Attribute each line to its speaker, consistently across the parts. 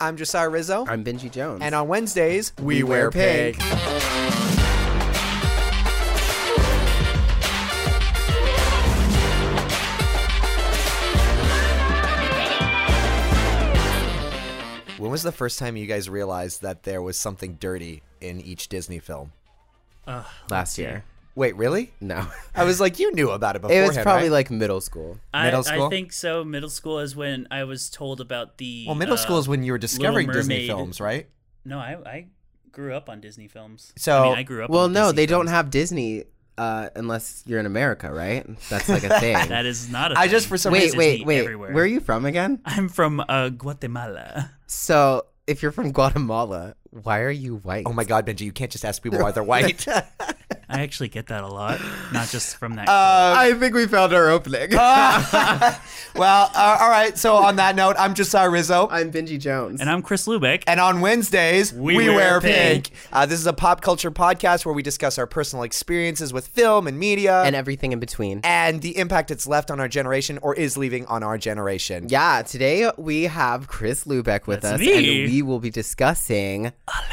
Speaker 1: I'm Josiah Rizzo.
Speaker 2: I'm Benji Jones.
Speaker 1: and on Wednesdays, we,
Speaker 2: wear pink.
Speaker 1: When was the first time you guys realized that there was something dirty in each Disney film?
Speaker 2: last year.
Speaker 1: Wait, really?
Speaker 2: No.
Speaker 1: I was like, you knew about it
Speaker 2: It
Speaker 1: beforehand.
Speaker 2: was probably
Speaker 1: right?
Speaker 2: like middle school.
Speaker 1: Middle
Speaker 3: I,
Speaker 1: school?
Speaker 3: I think so. Middle school is when I was told about the.
Speaker 1: well, middle
Speaker 3: uh,
Speaker 1: school is when you were discovering Disney
Speaker 3: Mermaid.
Speaker 1: films, right?
Speaker 3: No, I, I grew up on Disney films.
Speaker 1: So-
Speaker 3: I, mean, I grew up.
Speaker 2: Well,
Speaker 3: on
Speaker 2: no,
Speaker 3: Disney
Speaker 2: they don't
Speaker 3: films.
Speaker 2: have Disney uh, unless you're in America, right? That's like a thing.
Speaker 3: That is not a.
Speaker 1: I just
Speaker 3: thing.
Speaker 1: for some
Speaker 2: wait,
Speaker 3: There's
Speaker 1: reason
Speaker 2: wait,
Speaker 3: Disney
Speaker 2: wait.
Speaker 3: everywhere.
Speaker 2: Where are you from again?
Speaker 3: I'm from uh, Guatemala.
Speaker 2: So, if you're from Guatemala, why are you white? Um,
Speaker 1: Oh my God, Benji, you can't just ask people why they're white.
Speaker 3: I actually get that a lot, not just from that.
Speaker 1: Uh,
Speaker 2: I think we found our opening.
Speaker 1: Ah! well, uh, all right. So on that note, I'm Josiah Rizzo.
Speaker 2: I'm Benji Jones.
Speaker 3: and I'm Chris Lubeck.
Speaker 1: And on Wednesdays, we,
Speaker 3: We
Speaker 1: wear,
Speaker 3: wear
Speaker 1: pink.
Speaker 3: pink.
Speaker 1: Uh, this is a pop culture podcast where we discuss our personal experiences with film and media
Speaker 2: and
Speaker 1: and,
Speaker 2: everything in between.
Speaker 1: the impact it's left on our generation or is leaving on our generation.
Speaker 2: Yeah, today we have Chris Lubeck with
Speaker 3: That's
Speaker 2: us,
Speaker 3: me.
Speaker 2: and we will be discussing Aladdin.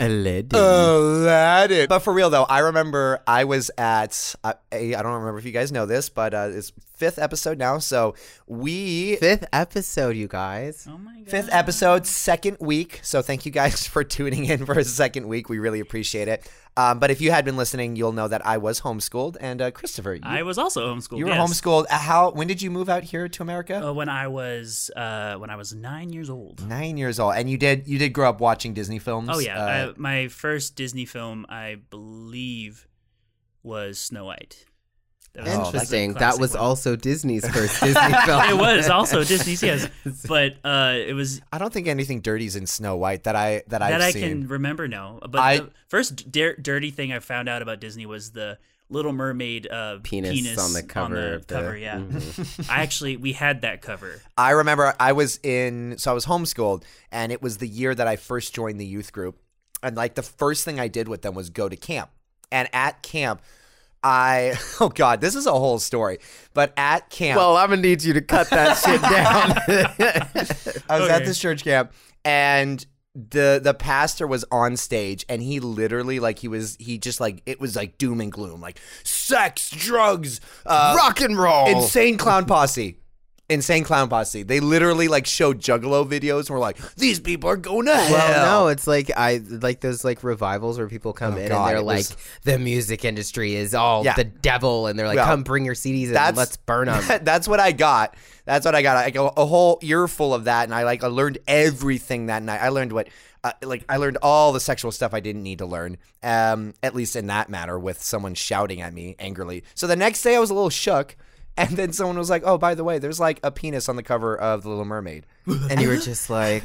Speaker 2: Aladdin.
Speaker 1: Uh. Aladdin. Oh, But for real though, I remember I was at uh, a, I don't remember if you guys know this, but uh, it's fifth episode now. So we
Speaker 2: Fifth episode, you guys.
Speaker 3: oh my god.
Speaker 1: Fifth episode, second week. So thank you guys for tuning in for a second week. We really appreciate it. Um, but if you had been listening, you'll know that I was homeschooled, and uh, Christopher, you,
Speaker 3: I was also homeschooled.
Speaker 1: you were
Speaker 3: yes.
Speaker 1: homeschooled. Uh, How? When did you move out here to America?
Speaker 3: Uh, when I was uh, when I was nine years old.
Speaker 1: Nine years old, and you did you did grow up watching Disney films.
Speaker 3: Um, Oh yeah,
Speaker 1: Uh,
Speaker 3: I, my first Disney film, I believe, was Snow White. That was- was the
Speaker 2: Oh, Interesting. that
Speaker 3: Oh, classic
Speaker 2: was
Speaker 3: one.
Speaker 2: also Disney's first Disney film.
Speaker 3: It was also Disney's, yes, but uh, it was
Speaker 1: I don't think anything dirty's in Snow White that I that,
Speaker 3: that
Speaker 1: I've
Speaker 3: I
Speaker 1: seen.
Speaker 3: can remember now. But
Speaker 1: I-
Speaker 3: the first dir- dirty thing I found out about Disney was the Little Mermaid uh,
Speaker 2: Penis, on the cover of the
Speaker 3: cover, yeah,
Speaker 2: Mhm.
Speaker 3: I actually we had that cover.
Speaker 1: I remember I was in, so I was homeschooled, and it was the year that I first joined the youth group. And like the first thing I did with them was go to camp. And at camp, I, oh God, this is a whole story. But at camp,
Speaker 2: Well, I'm gonna need you to cut that shit down.
Speaker 1: I was at
Speaker 3: okay.
Speaker 1: this church camp, and the the pastor was on stage and he literally like he was he just like it was like doom and gloom like sex drugs uh,
Speaker 2: Rock and roll.
Speaker 1: Insane Clown Posse. Insane Clown Posse. They literally like showed Juggalo videos and were like, these people are going to hell.
Speaker 2: well, no, it's like I like those like revivals where people come
Speaker 1: Oh,
Speaker 2: in
Speaker 1: God,
Speaker 2: and
Speaker 1: it
Speaker 2: they're like,
Speaker 1: was-
Speaker 2: the music industry is all
Speaker 1: Yeah.
Speaker 2: the devil, and they're like,
Speaker 1: Well,
Speaker 2: come bring your CDs and
Speaker 1: that's-
Speaker 2: let's burn them.
Speaker 1: That's what I got. That's what I got. I got a whole earful of that, and I like I learned everything that night. I learned what, uh, like I learned all the sexual stuff I didn't need to learn. Um, at least in that matter, with someone shouting at me angrily. So the next day I was a little shook, and then someone was like, "Oh, by the way, there's like a penis on the cover of The Little Mermaid,"
Speaker 2: and you were just like,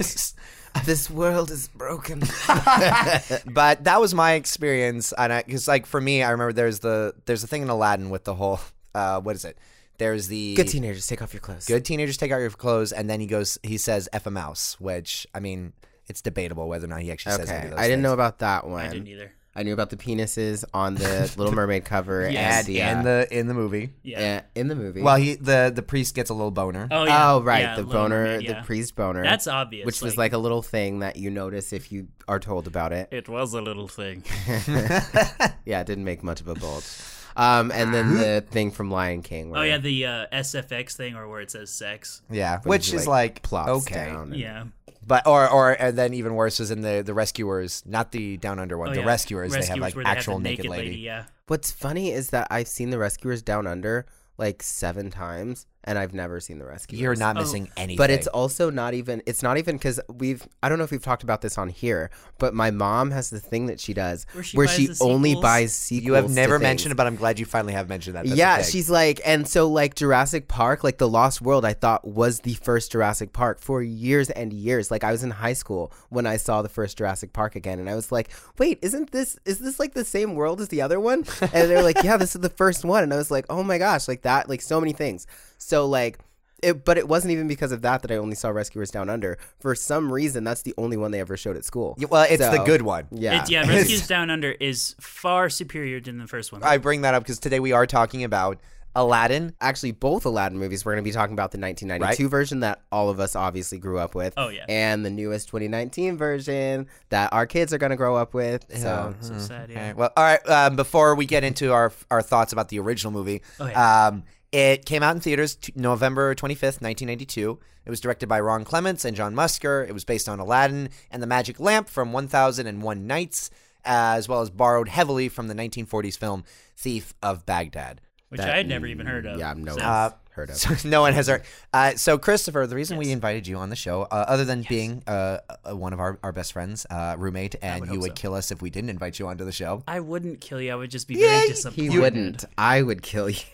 Speaker 2: this world is broken.
Speaker 1: Uh, but that was my experience and i because like for me i remember there's the there's the thing in aladdin with the whole uh what is it there's the
Speaker 2: Good teenagers, take off your clothes.
Speaker 1: good teenagers take out your clothes and then he goes he says f a mouse which i mean it's debatable whether or not he actually says any
Speaker 2: Okay,
Speaker 1: of
Speaker 2: I
Speaker 1: those
Speaker 2: didn't know
Speaker 1: things.
Speaker 2: about that one.
Speaker 3: I didn't either.
Speaker 2: I knew about the penises on the Little Mermaid cover
Speaker 3: Yes,
Speaker 2: and,
Speaker 1: in the in the movie
Speaker 3: Yeah.
Speaker 2: yeah, in the movie.
Speaker 1: well he the the priest gets a little boner
Speaker 3: Oh yeah.
Speaker 2: oh right,
Speaker 3: Yeah,
Speaker 2: the
Speaker 3: Little
Speaker 2: boner,
Speaker 3: Mermaid, yeah.
Speaker 2: the priest boner.
Speaker 3: That's obvious.
Speaker 2: which was like a little thing that you notice if you are told about it.
Speaker 3: it was a little thing.
Speaker 2: Yeah, it didn't make much of a bulge. Um, and then the thing from Lion King. Where
Speaker 3: Oh yeah, the uh, SFX thing, or where it says sex.
Speaker 1: yeah
Speaker 2: when
Speaker 1: which
Speaker 2: he,
Speaker 1: is like,
Speaker 2: plops
Speaker 1: okay
Speaker 2: down and-
Speaker 3: Yeah.
Speaker 1: but or or and then even worse is in the the rescuers not the down under one.
Speaker 3: Oh,
Speaker 1: the
Speaker 3: yeah.
Speaker 1: rescuers, they have like
Speaker 3: where
Speaker 1: actual
Speaker 3: the
Speaker 1: naked, lady,
Speaker 3: Yeah.
Speaker 2: What's funny is that I've seen the Rescuers Down Under like seven times, and I've never seen the Rescuers.
Speaker 1: you're not
Speaker 3: Oh.
Speaker 1: missing anything
Speaker 2: But it's also not even it's not even because we've I don't know if we've talked about this on here, but my mom has the thing that she does
Speaker 3: Where she
Speaker 2: where
Speaker 3: buys
Speaker 2: she
Speaker 3: the
Speaker 2: only
Speaker 3: sequels?
Speaker 2: buys sequels.
Speaker 1: you have
Speaker 2: to
Speaker 1: never
Speaker 2: things.
Speaker 1: mentioned it but i'm glad you finally have mentioned that That's a
Speaker 2: yeah,
Speaker 1: thing.
Speaker 2: she's like, and so like Jurassic Park, like The Lost World, I thought was the first Jurassic Park for years and years. Like I was in high school when I saw the first Jurassic Park again, and I was like, wait, isn't this is this like the same world as the other one? And they're like, yeah, this is the first one, and I was like, oh my gosh, like that, like so many things. So like. It, but it wasn't even because of that that I only saw Rescuers Down Under. For some reason, that's the only one they ever showed at school.
Speaker 1: Yeah, Well, it's the
Speaker 2: So,
Speaker 1: good one.
Speaker 2: Yeah,
Speaker 3: It's, yeah. Rescues Down Under is far superior than the first one.
Speaker 1: I bring that up because today we are talking about Aladdin.
Speaker 2: Actually, both Aladdin movies. We're going to be talking about the 1992 version that all of us obviously grew up with.
Speaker 3: Oh, yeah.
Speaker 2: And the newest 2019 version that our kids are going to grow up with. So,
Speaker 3: So sad.
Speaker 1: All
Speaker 3: Yeah.
Speaker 1: Mm-hmm. right, well, all right. Um, before we get into our our thoughts about the original movie,
Speaker 3: Oh, yeah.
Speaker 1: um, it came out in theaters t- November twenty fifth, nineteen ninety two. It was directed by Ron Clements and John Musker. It was based on Aladdin and the Magic Lamp from One Thousand and One Nights, as well as borrowed heavily from the nineteen forties film Thief of Baghdad.
Speaker 3: Which I had never even
Speaker 1: mm,
Speaker 3: heard of.
Speaker 2: yeah, no
Speaker 3: So-
Speaker 2: one's heard of.
Speaker 1: So no one has heard. Uh, so Christopher, the reason we invited you on the show, uh, other than being uh, uh, one of our, our best friends, uh, roommate, and you
Speaker 3: hope
Speaker 1: would
Speaker 3: so.
Speaker 1: kill us if we didn't invite you onto the show.
Speaker 3: I wouldn't kill you. I would just be
Speaker 1: Yeah,
Speaker 3: very
Speaker 1: he
Speaker 2: He
Speaker 3: disappointed.
Speaker 2: wouldn't. I would kill you.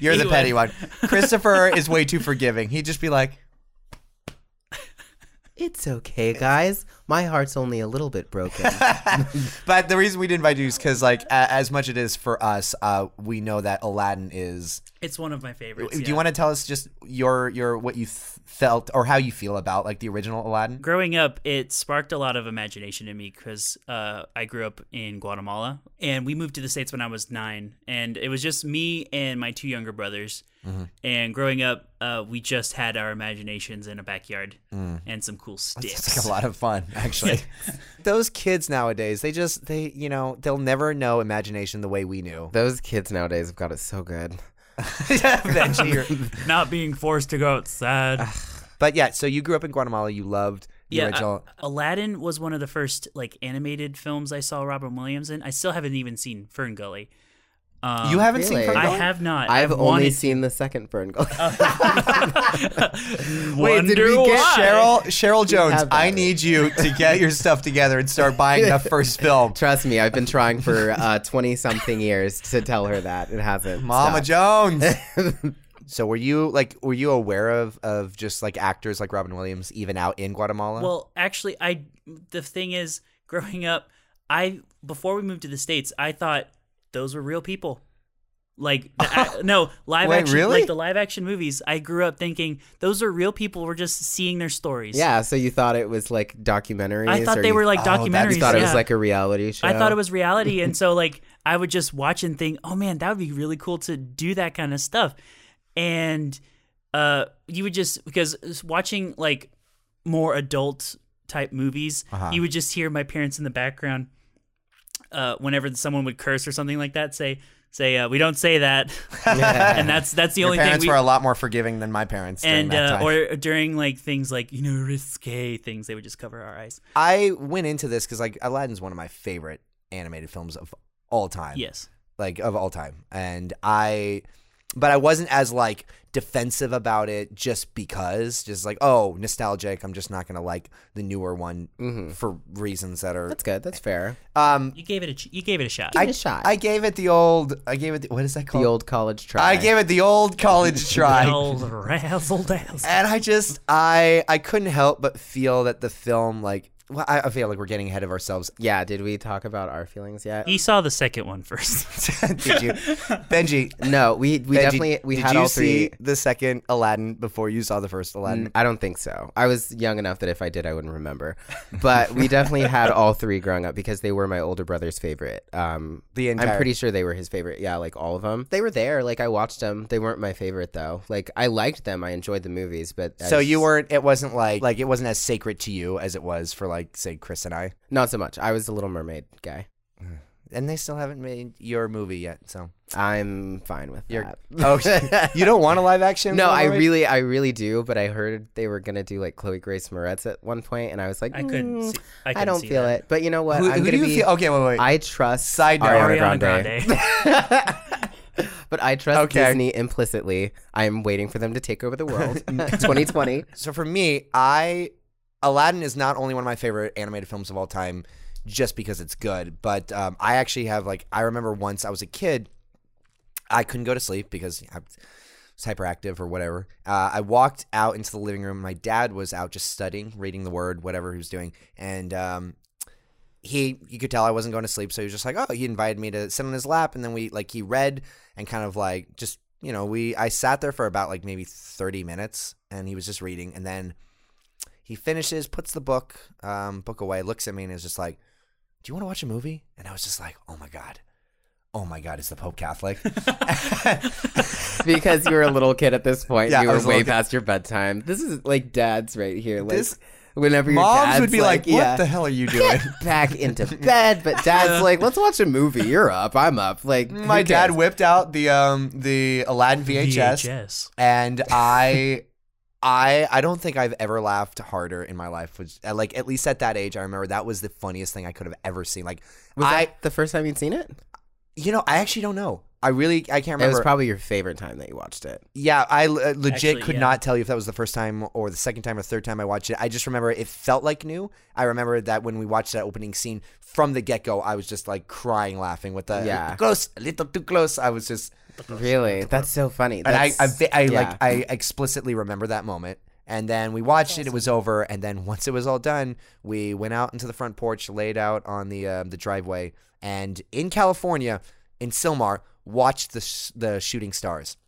Speaker 1: You're the
Speaker 3: He
Speaker 1: petty one.
Speaker 3: would.
Speaker 1: Christopher is way too forgiving. He'd just be like,
Speaker 2: it's okay, guys. My heart's only a little bit broken.
Speaker 1: but the reason we didn't invite you is because, like, a- as much it is for us, uh, we know that Aladdin is.
Speaker 3: It's one of my favorites.
Speaker 1: Do you want to tell us just your your what you th- felt or how you feel about like the original Aladdin?
Speaker 3: Growing up, it sparked a lot of imagination in me because uh, I grew up in Guatemala and we moved to the States when I was nine. And it was just me and my two younger brothers.
Speaker 1: Mm-hmm.
Speaker 3: And growing up, uh, we just had our imaginations in a backyard and some cool
Speaker 1: It's
Speaker 3: sticks.
Speaker 1: Mm. like a lot of fun, actually. Those kids nowadays, they just they you know they'll never know imagination the way we knew.
Speaker 2: Those kids nowadays have got it so good.
Speaker 1: Eventually, you're-
Speaker 3: Not being forced to go outside.
Speaker 1: but yeah, so you grew up in Guatemala. You loved the
Speaker 3: yeah,
Speaker 1: original.
Speaker 3: uh, Aladdin was one of the first like animated films I saw Robin Williams in. I still haven't even seen Fern Gully. Um,
Speaker 1: you haven't seen.
Speaker 2: really?
Speaker 1: Fern
Speaker 3: I
Speaker 1: Gully?
Speaker 3: have Oh. not.
Speaker 2: I've,
Speaker 3: I've,
Speaker 2: only
Speaker 3: wanted
Speaker 2: seen the second Fern Gully.
Speaker 3: to.
Speaker 2: Wait, did we
Speaker 3: Wonder
Speaker 2: get
Speaker 3: why.
Speaker 1: Cheryl, Cheryl Jones,
Speaker 2: have that
Speaker 1: I
Speaker 2: already.
Speaker 1: need you to get your stuff together and start buying the first film.
Speaker 2: Trust me, I've been trying for uh, 20 something years to tell her that. It hasn't.
Speaker 1: Mama
Speaker 2: stopped.
Speaker 1: Jones. so were you like were you aware of of just like actors like Robin Williams even out in Guatemala?
Speaker 3: Well, actually, I the thing is, growing up, I before we moved to the states, I thought those were real people. Like the, a- no live
Speaker 1: Wait,
Speaker 3: action,
Speaker 1: really?
Speaker 3: like the live action movies. I grew up thinking those are real people. We're just seeing their stories.
Speaker 2: Yeah, so you thought it was like documentaries?
Speaker 3: I
Speaker 2: or
Speaker 3: thought they
Speaker 2: you
Speaker 3: were like
Speaker 1: oh, that- you
Speaker 3: documentaries.
Speaker 2: You thought it was
Speaker 3: yeah.
Speaker 2: like a reality show.
Speaker 3: I thought it was reality, and so like I would just watch and think, "Oh man, that would be really cool to do that kind of stuff." And uh, you would just because watching like more adult type movies,
Speaker 1: Uh-huh.
Speaker 3: you would just hear my parents in the background uh, whenever someone would curse or something like that, say say uh, we don't say that, and that's that's the
Speaker 1: your
Speaker 3: only
Speaker 1: parents
Speaker 3: thing. We,
Speaker 1: were a lot more forgiving than my parents. during
Speaker 3: and
Speaker 1: that
Speaker 3: uh,
Speaker 1: time.
Speaker 3: or during like things like you know risque things, they would just cover our eyes.
Speaker 1: I went into this because like Aladdin's one of my favorite animated films of all time.
Speaker 3: Yes.
Speaker 1: like of all time and i but i wasn't as like defensive about it just because just like oh nostalgic i'm just not gonna like the newer one
Speaker 2: Mm.
Speaker 1: for reasons that are
Speaker 2: Mm-hmm. That's good. That's fair.
Speaker 1: um
Speaker 3: You gave it a ch- you gave it a shot.
Speaker 2: Give
Speaker 1: I,
Speaker 2: it a shot.
Speaker 1: I gave it the old i gave it the, what is that
Speaker 2: the
Speaker 1: called
Speaker 2: old college try.
Speaker 1: i gave it the old college try
Speaker 3: Well, razzle dazzle.
Speaker 1: and I just I I couldn't help but feel that the film like well, I, I feel like we're getting ahead of ourselves.
Speaker 2: Yeah, did we talk about our feelings yet?
Speaker 3: He saw the second one first.
Speaker 1: Did you, Benji?
Speaker 2: No, we we
Speaker 1: Benji,
Speaker 2: definitely we
Speaker 1: did
Speaker 2: had
Speaker 1: you
Speaker 2: all
Speaker 1: see
Speaker 2: three.
Speaker 1: the second Aladdin before you saw the first Aladdin?
Speaker 2: I don't think so. I was young enough that if I did, I wouldn't remember. But we definitely had all three growing up because they were my older brother's favorite. Um,
Speaker 1: The
Speaker 2: I'm
Speaker 1: entire-
Speaker 2: pretty sure they were his favorite. Yeah, like all of them. They were there. Like I watched them. They weren't my favorite though. Like I liked them. I enjoyed the movies, but I
Speaker 1: So you
Speaker 2: just-
Speaker 1: weren't. It wasn't like like it wasn't as sacred to you as it was for like say Chris and I.
Speaker 2: not so much. I was the Little Mermaid guy.
Speaker 1: And they still haven't made your movie yet. So
Speaker 2: I'm fine with
Speaker 1: you're
Speaker 2: that.
Speaker 1: oh you don't want a live action.
Speaker 2: No,
Speaker 1: Little
Speaker 2: I
Speaker 1: Mermaid?
Speaker 2: really, I really do. But I heard they were gonna do like Chloe Grace Moretz at one point, and I was like,
Speaker 3: I couldn't.
Speaker 2: "Mm,
Speaker 3: See, I, couldn't
Speaker 2: I don't
Speaker 3: see
Speaker 2: feel
Speaker 3: that.
Speaker 2: it. But you know what?
Speaker 1: Who,
Speaker 2: I'm
Speaker 1: who do
Speaker 2: gonna
Speaker 1: you
Speaker 2: be.
Speaker 1: feel? Okay, wait, wait.
Speaker 2: I trust
Speaker 1: Side note.
Speaker 2: Ariana,
Speaker 3: Ariana
Speaker 2: Grande.
Speaker 3: Grande.
Speaker 2: But I trust
Speaker 1: Okay.
Speaker 2: Disney implicitly. I'm waiting for them to take over the world. 2020.
Speaker 1: so for me, I Aladdin is not only one of my favorite animated films of all time, just because it's good, but um, I actually have like I remember once I was a kid, I couldn't go to sleep because I was hyperactive or whatever. Uh, I walked out into the living room. My dad was out just studying, reading the word, whatever he was doing, and um, he you could tell I wasn't going to sleep, so he was just like, oh, he invited me to sit on his lap, and then we like he read and kind of like just you know we I sat there for about like maybe thirty minutes, and he was just reading, and then he finishes, puts the book um, book away, looks at me, and is just like, "Do you want to watch a movie?" And I was just like, "Oh my god, oh my god, is the Pope Catholic?
Speaker 2: because you were a little kid at this point.
Speaker 1: Yeah,
Speaker 2: you
Speaker 1: I
Speaker 2: were
Speaker 1: was a
Speaker 2: way
Speaker 1: little kid.
Speaker 2: past your bedtime. This is like dad's right here. Like
Speaker 1: This-
Speaker 2: whenever your
Speaker 1: Moms
Speaker 2: dad's
Speaker 1: would be like, "What
Speaker 2: yeah,
Speaker 1: the hell are you doing?"
Speaker 2: back into bed, but dad's like, let's watch a movie. You're up. I'm up. Like who
Speaker 1: my dad
Speaker 2: cares?
Speaker 1: whipped out the um the Aladdin VHS,
Speaker 3: VHS.
Speaker 1: and I. I, I don't think I've ever laughed harder in my life. Which, uh, like, at least at that age, I remember that was the funniest thing I could have ever seen. Like,
Speaker 2: Was
Speaker 1: I,
Speaker 2: that the first time you'd seen it?
Speaker 1: you know, I actually don't know. I really, I can't
Speaker 2: It was
Speaker 1: remember.
Speaker 2: probably your favorite time that you watched it.
Speaker 1: Yeah, I l- uh, legit
Speaker 3: Actually,
Speaker 1: could
Speaker 3: yeah.
Speaker 1: not tell you if that was the first time or the second time or third time I watched it. I just remember it felt like new. I remember that when we watched that opening scene from the get go, I was just like crying, laughing with the
Speaker 2: Yeah.
Speaker 1: close, a little too close. I was just,
Speaker 2: Really? That's so funny.
Speaker 1: and I, I,
Speaker 2: That's-
Speaker 1: vi- I
Speaker 2: yeah.
Speaker 1: like, I explicitly remember that moment. And then we watched it. It was over. And then once it was all done, we went out into the front porch, laid out on the um, the driveway, and in California, in Silmar, watched the sh- the shooting stars.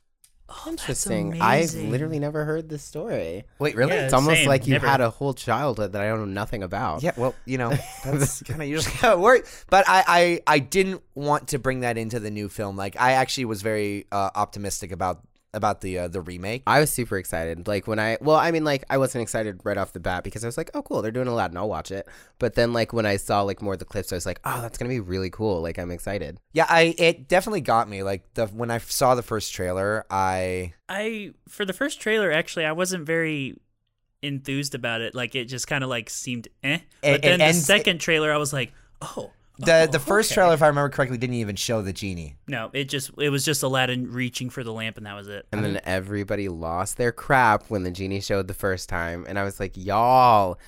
Speaker 2: interesting. I've
Speaker 3: Oh, amazing.
Speaker 2: literally never heard this story.
Speaker 1: Wait, really?
Speaker 3: Yeah,
Speaker 2: It's almost
Speaker 3: same,
Speaker 2: like you
Speaker 3: never.
Speaker 2: had a whole childhood that I don't know nothing about.
Speaker 1: Yeah, well, you know, that's kind of usually how it works. But I, I, I didn't want to bring that into the new film. Like, I actually was very uh, optimistic about about the uh, the remake.
Speaker 2: I was super excited. Like when I, well, I mean, like I wasn't excited right off the bat because I was like, oh, cool, they're doing Aladdin, I'll watch it. But then, like when I saw like more of the clips, I was like, oh, that's gonna be really cool. Like I'm excited.
Speaker 1: Yeah, I it definitely got me. Like the when I saw the first trailer, I
Speaker 3: I for the first trailer actually I wasn't very enthused about it. Like it just kind of like seemed eh. But
Speaker 1: it
Speaker 3: then the
Speaker 1: ends-
Speaker 3: second trailer I was like, oh.
Speaker 1: the
Speaker 3: oh,
Speaker 1: the first
Speaker 3: okay.
Speaker 1: trailer, if I remember correctly, didn't even show the genie.
Speaker 3: No, it just it was just Aladdin reaching for the lamp and that was it.
Speaker 2: And then everybody lost their crap when the genie showed the first time, and I was like, y'all,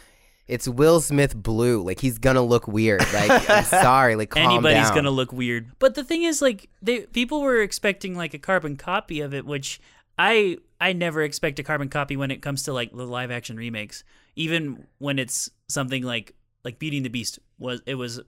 Speaker 2: it's Will Smith blue. Like he's gonna look weird. Like I'm sorry. Like calm
Speaker 3: Anybody's
Speaker 2: down.
Speaker 3: gonna look weird. But the thing is, like, they people were expecting like a carbon copy of it, which I I never expect a carbon copy when it comes to like the live action remakes. Even when it's something like like Beauty and the Beast was, it was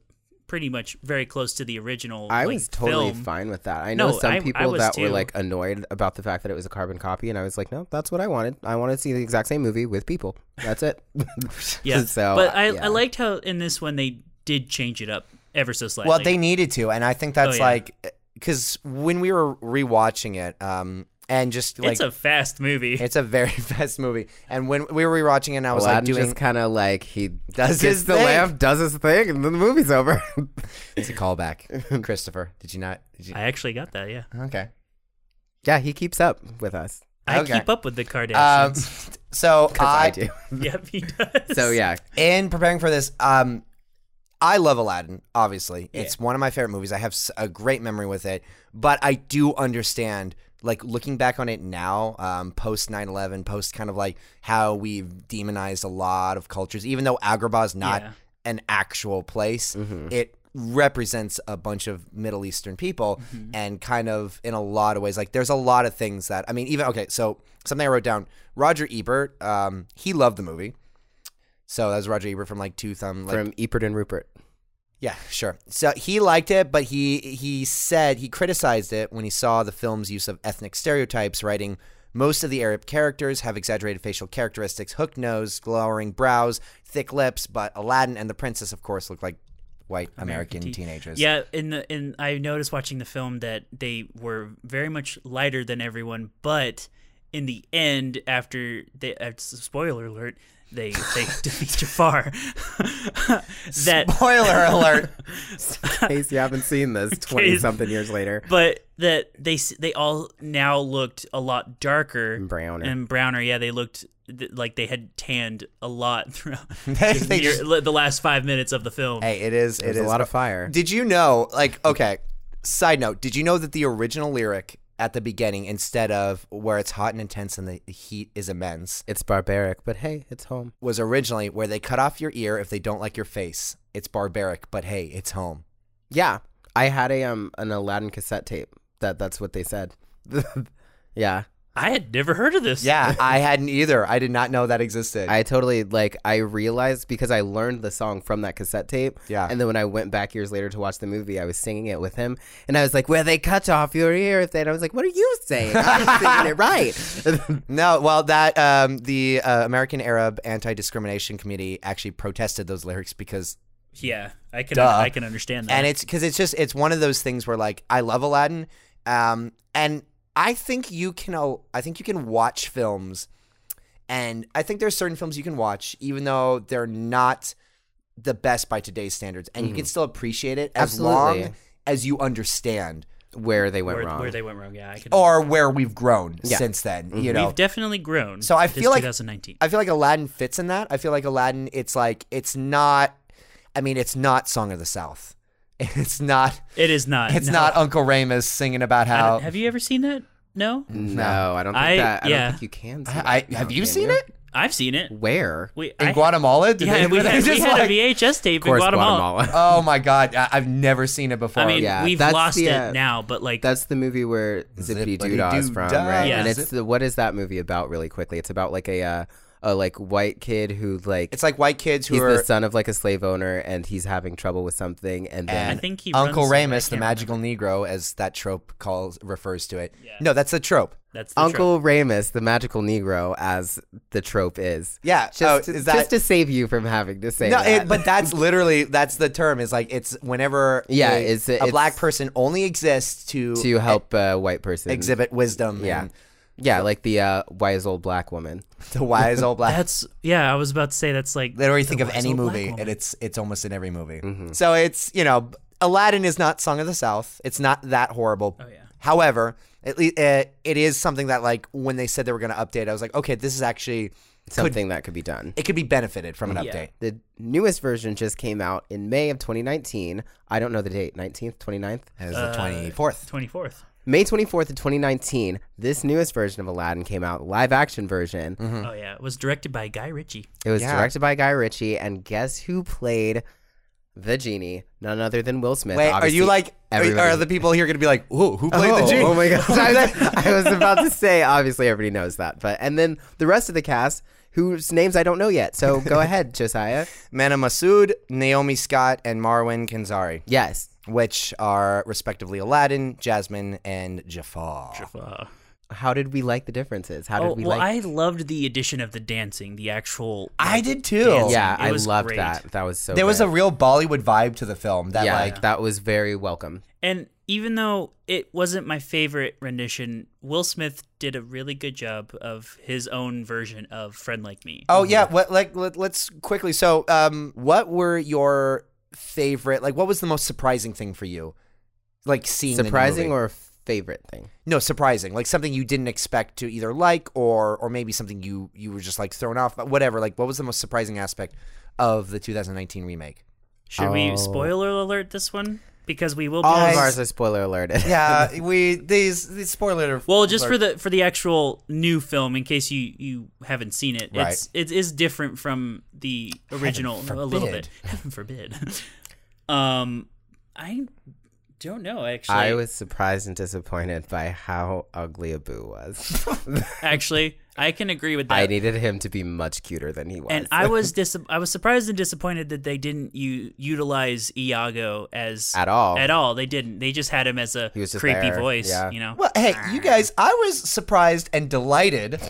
Speaker 3: pretty much very close to the original.
Speaker 2: I
Speaker 3: like,
Speaker 2: was totally
Speaker 3: film.
Speaker 2: fine with that. I know
Speaker 3: No,
Speaker 2: some
Speaker 3: I- I
Speaker 2: people
Speaker 3: was
Speaker 2: that were
Speaker 3: too.
Speaker 2: like annoyed about the fact that it was a carbon copy, and I was like, no, that's what I wanted. I wanted to see the exact same movie with people. That's it.
Speaker 3: Yeah.
Speaker 2: so,
Speaker 3: but I,
Speaker 2: yeah.
Speaker 3: I liked how in this one they did change it up ever so slightly.
Speaker 1: Well, they needed to, and I think that's
Speaker 3: Oh, yeah.
Speaker 1: like 'cause like because when we were rewatching it, um, and just like
Speaker 3: it's a fast movie.
Speaker 1: it's a very fast movie, and when we were rewatching it, and I was
Speaker 2: Aladdin
Speaker 1: like doing.
Speaker 2: just kind of like he
Speaker 1: Does
Speaker 2: gets
Speaker 1: his
Speaker 2: the
Speaker 1: thing.
Speaker 2: lamp, does his thing, and then the movie's over.
Speaker 1: It's a callback, Christopher. Did you not? Did you,
Speaker 3: I actually got that. Yeah,
Speaker 1: okay.
Speaker 2: yeah, he keeps up with us.
Speaker 3: I
Speaker 1: Okay.
Speaker 3: keep up with the
Speaker 1: Um,
Speaker 3: Kardashians.
Speaker 1: so
Speaker 2: 'Cause I,
Speaker 1: I,
Speaker 2: do.
Speaker 3: yep, he does.
Speaker 2: So yeah,
Speaker 1: in preparing for this, um, I love Aladdin. Obviously, it's one of my favorite movies. I have s- a great memory with it, but I do understand. Like looking back on it now, um, post 9 11, post kind of like how we've demonized a lot of cultures, even though Agrabah's not
Speaker 3: Yeah.
Speaker 1: an actual place, it represents a bunch of Middle Eastern people and kind of in a lot of ways like there's a lot of things that I mean even okay so something I wrote down Roger Ebert um he loved the movie so that was Roger Ebert from like Two Thumb like
Speaker 2: from Ebert and Rupert.
Speaker 1: yeah, sure. So he liked it, but he he said he criticized it when he saw the film's use of ethnic stereotypes, writing most of the Arab characters have exaggerated facial characteristics, hooked nose, glowering brows, thick lips, but Aladdin and the princess of course look like white American,
Speaker 3: teen-
Speaker 1: teenagers.
Speaker 3: Yeah, in the in I noticed watching the film that they were very much lighter than everyone, but in the end, after they uh, spoiler alert, they they defeat Jafar. that
Speaker 1: Spoiler alert.
Speaker 2: In case you haven't seen this twenty something years later,
Speaker 3: but that they s- they all now looked a lot darker
Speaker 2: And browner.
Speaker 3: and browner. Yeah, they looked th- like they had tanned a lot throughout
Speaker 1: They-
Speaker 3: the,
Speaker 1: they
Speaker 3: year-
Speaker 1: just-
Speaker 3: li- the last five minutes of the film.
Speaker 1: hey, it is it
Speaker 2: there's
Speaker 1: is
Speaker 2: a lot of fire.
Speaker 1: Did you know, like, okay, side note, did you know that the original lyric at the beginning, instead of where it's hot and intense and the heat is immense,
Speaker 2: It's barbaric, but hey, it's home.
Speaker 1: was originally where they cut off your ear if they don't like your face. It's barbaric, but hey, it's home.
Speaker 2: Yeah, I had a um an Aladdin cassette tape. That that's what they said. yeah,
Speaker 3: I had never heard of this.
Speaker 1: Yeah, I hadn't either. I did not know that existed.
Speaker 2: I totally like I realized because I learned the song from that cassette tape.
Speaker 1: Yeah.
Speaker 2: And then when I went back years later to watch the movie, I was singing it with him, and I was like, "Where they cut off your ear if they," and I was like, "What are you saying? I'm singing it right."
Speaker 1: no, well, that um, the uh, American Arab Anti Discrimination Committee actually protested those lyrics because
Speaker 3: Yeah, I can
Speaker 1: Duh.
Speaker 3: I can understand that.
Speaker 1: and it's because it's just it's one of those things where like I love Aladdin, um, and I think you can al- I think you can watch films, and I think there's certain films you can watch even though they're not the best by today's standards, and you can still appreciate it as long
Speaker 2: Absolutely.
Speaker 1: as you understand
Speaker 2: where they went
Speaker 3: where,
Speaker 2: wrong.
Speaker 3: where they went wrong. Yeah, I can.
Speaker 1: or where we've grown
Speaker 2: Yeah.
Speaker 1: since then. You know,
Speaker 3: Mm-hmm. We've definitely grown.
Speaker 1: So I
Speaker 3: since
Speaker 1: feel like-
Speaker 3: 2019.
Speaker 1: I feel like Aladdin fits in that. I feel like Aladdin, it's like it's not. I mean, it's not Song of the South. It's not.
Speaker 3: it is not.
Speaker 1: It's
Speaker 3: no.
Speaker 1: not Uncle Ramus singing about Mm.
Speaker 3: I
Speaker 1: how.
Speaker 3: don't- Have you ever seen it? No,
Speaker 2: no, I don't think
Speaker 3: I-
Speaker 2: that. I
Speaker 3: yeah.
Speaker 2: don't think you can. See
Speaker 1: I,
Speaker 2: that now,
Speaker 1: have you
Speaker 2: can
Speaker 1: seen it
Speaker 3: I've seen it.
Speaker 2: Where?
Speaker 3: We
Speaker 1: in
Speaker 3: I-
Speaker 1: Guatemala? Did
Speaker 3: Yeah,
Speaker 1: they-
Speaker 3: we
Speaker 1: they
Speaker 3: had, we
Speaker 1: just
Speaker 3: had
Speaker 1: like-
Speaker 3: a VHS tape
Speaker 2: Of course,
Speaker 3: in Guatemala.
Speaker 2: Guatemala.
Speaker 1: Oh my god, I, I've never seen it before.
Speaker 3: I mean,
Speaker 2: Yeah,
Speaker 3: we've
Speaker 2: that's
Speaker 3: lost
Speaker 2: the, uh,
Speaker 3: it now, but like
Speaker 2: That's the movie where Zippity Doodah is from,
Speaker 1: Zippity-doo-dah.
Speaker 2: right?
Speaker 3: Yeah.
Speaker 2: And it's the, what is that movie about? Really quickly, it's about like a uh, a like white kid who like
Speaker 1: it's like white kids who
Speaker 2: he's
Speaker 1: are
Speaker 2: the son of like a slave owner and he's having trouble with something, and
Speaker 3: I
Speaker 2: then
Speaker 3: think he
Speaker 1: Uncle
Speaker 3: runs-
Speaker 1: Ramus, the
Speaker 3: can't
Speaker 1: magical Negro, as that trope calls refers to it.
Speaker 3: Yeah.
Speaker 1: No, that's a trope.
Speaker 3: That's the trope.
Speaker 2: Uncle Ramus, the magical Negro, as the trope is.
Speaker 1: Yeah.
Speaker 2: Just,
Speaker 1: oh,
Speaker 2: to,
Speaker 1: is that
Speaker 2: just to save you from having to say
Speaker 1: No,
Speaker 2: that.
Speaker 1: it, but that's literally that's the term. Is like it's whenever
Speaker 2: Yeah,
Speaker 1: a,
Speaker 2: it's-
Speaker 1: a
Speaker 2: it's-
Speaker 1: black person only exists to
Speaker 2: to help a white person
Speaker 1: exhibit wisdom.
Speaker 2: Yeah.
Speaker 1: and
Speaker 2: Yeah, like the uh, wise old black woman.
Speaker 1: the wise old black.
Speaker 3: That's yeah. I was about to say that's like
Speaker 1: They already think of
Speaker 3: wise
Speaker 1: any
Speaker 3: old black
Speaker 1: movie,
Speaker 3: woman.
Speaker 1: and it's it's almost in every movie. So it's you know, Aladdin is not Song of the South. It's not that horrible.
Speaker 3: Oh, yeah.
Speaker 1: However, at least it, it is something that like when they said they were going to update, I was like, okay, this is actually
Speaker 2: Something that could be done.
Speaker 1: it could be benefited from an
Speaker 3: Yeah.
Speaker 1: update.
Speaker 2: The newest version just came out in May of 2019. I don't know the date, 19th, 29th?
Speaker 1: As the twenty fourth.
Speaker 3: 24th.
Speaker 2: May 24th of 2019, this newest version of Aladdin came out, live action version.
Speaker 1: Hmm.
Speaker 3: Oh yeah, it was directed by Guy Ritchie.
Speaker 2: It was
Speaker 1: Mm-hmm. Yeah.
Speaker 2: directed by Guy Ritchie, and guess who played the genie? None other than Will Smith.
Speaker 1: Wait, are
Speaker 2: Obviously,
Speaker 1: you like? Are,
Speaker 2: everybody-
Speaker 1: are the people here going to be like, who who played
Speaker 2: oh,
Speaker 1: the G?
Speaker 2: Oh my gosh. I, was, I was about to say, obviously, everybody knows that. But And then the rest of the cast, whose names I don't know yet. So go ahead, Josiah.
Speaker 1: Mana Masood, Naomi Scott, and Marwan Kenzari,
Speaker 2: Yes.
Speaker 1: which are respectively Aladdin, Jasmine, and Jafar.
Speaker 3: Uh,
Speaker 2: How did we like the differences? How did
Speaker 3: oh
Speaker 2: we
Speaker 3: well,
Speaker 2: like
Speaker 3: I loved the addition of the dancing, the actual.
Speaker 1: I did too.
Speaker 3: dancing.
Speaker 2: Yeah,
Speaker 3: Oh, It
Speaker 2: I
Speaker 3: was
Speaker 2: loved
Speaker 3: great.
Speaker 2: that. That was so
Speaker 1: There was
Speaker 2: good.
Speaker 1: a real Bollywood vibe to the film that
Speaker 2: yeah,
Speaker 1: like
Speaker 2: that was very welcome.
Speaker 3: And even though it wasn't my favorite rendition, Will Smith did a really good job of his own version of "Friend Like Me."
Speaker 1: Oh
Speaker 2: Mm-hmm.
Speaker 1: yeah, what like let, let's quickly. So, um what were your favorite like what was the most surprising thing for you? Like seeing the new
Speaker 2: Surprising
Speaker 1: movie?
Speaker 2: or favorite thing?
Speaker 1: No, surprising. Like something you didn't expect to either like or or maybe something you you were just like thrown off, but whatever. Like what was the most surprising aspect of the 2019 remake?
Speaker 3: Should
Speaker 2: Oh.
Speaker 3: we spoiler alert this one because we will be.
Speaker 2: All of
Speaker 1: Guys-
Speaker 2: ours are spoiler alerted.
Speaker 1: Yeah, we these, these spoiler
Speaker 3: well, just for the for the actual new film, in case you you haven't seen it,
Speaker 1: Right.
Speaker 3: it's it is different from the original a little bit. Heaven forbid. um, I don't know actually.
Speaker 2: I was surprised and disappointed by how ugly Abu was.
Speaker 3: actually I can agree with that.
Speaker 2: I needed him to be much cuter than he was.
Speaker 3: and I was dis- I was surprised and disappointed that they didn't u- utilize Iago as
Speaker 2: At all.
Speaker 3: At all, they didn't. They just had him as a
Speaker 2: was just
Speaker 3: creepy
Speaker 2: there,
Speaker 3: voice.
Speaker 2: yeah.
Speaker 3: You know.
Speaker 1: Well, hey, you guys, I was surprised and delighted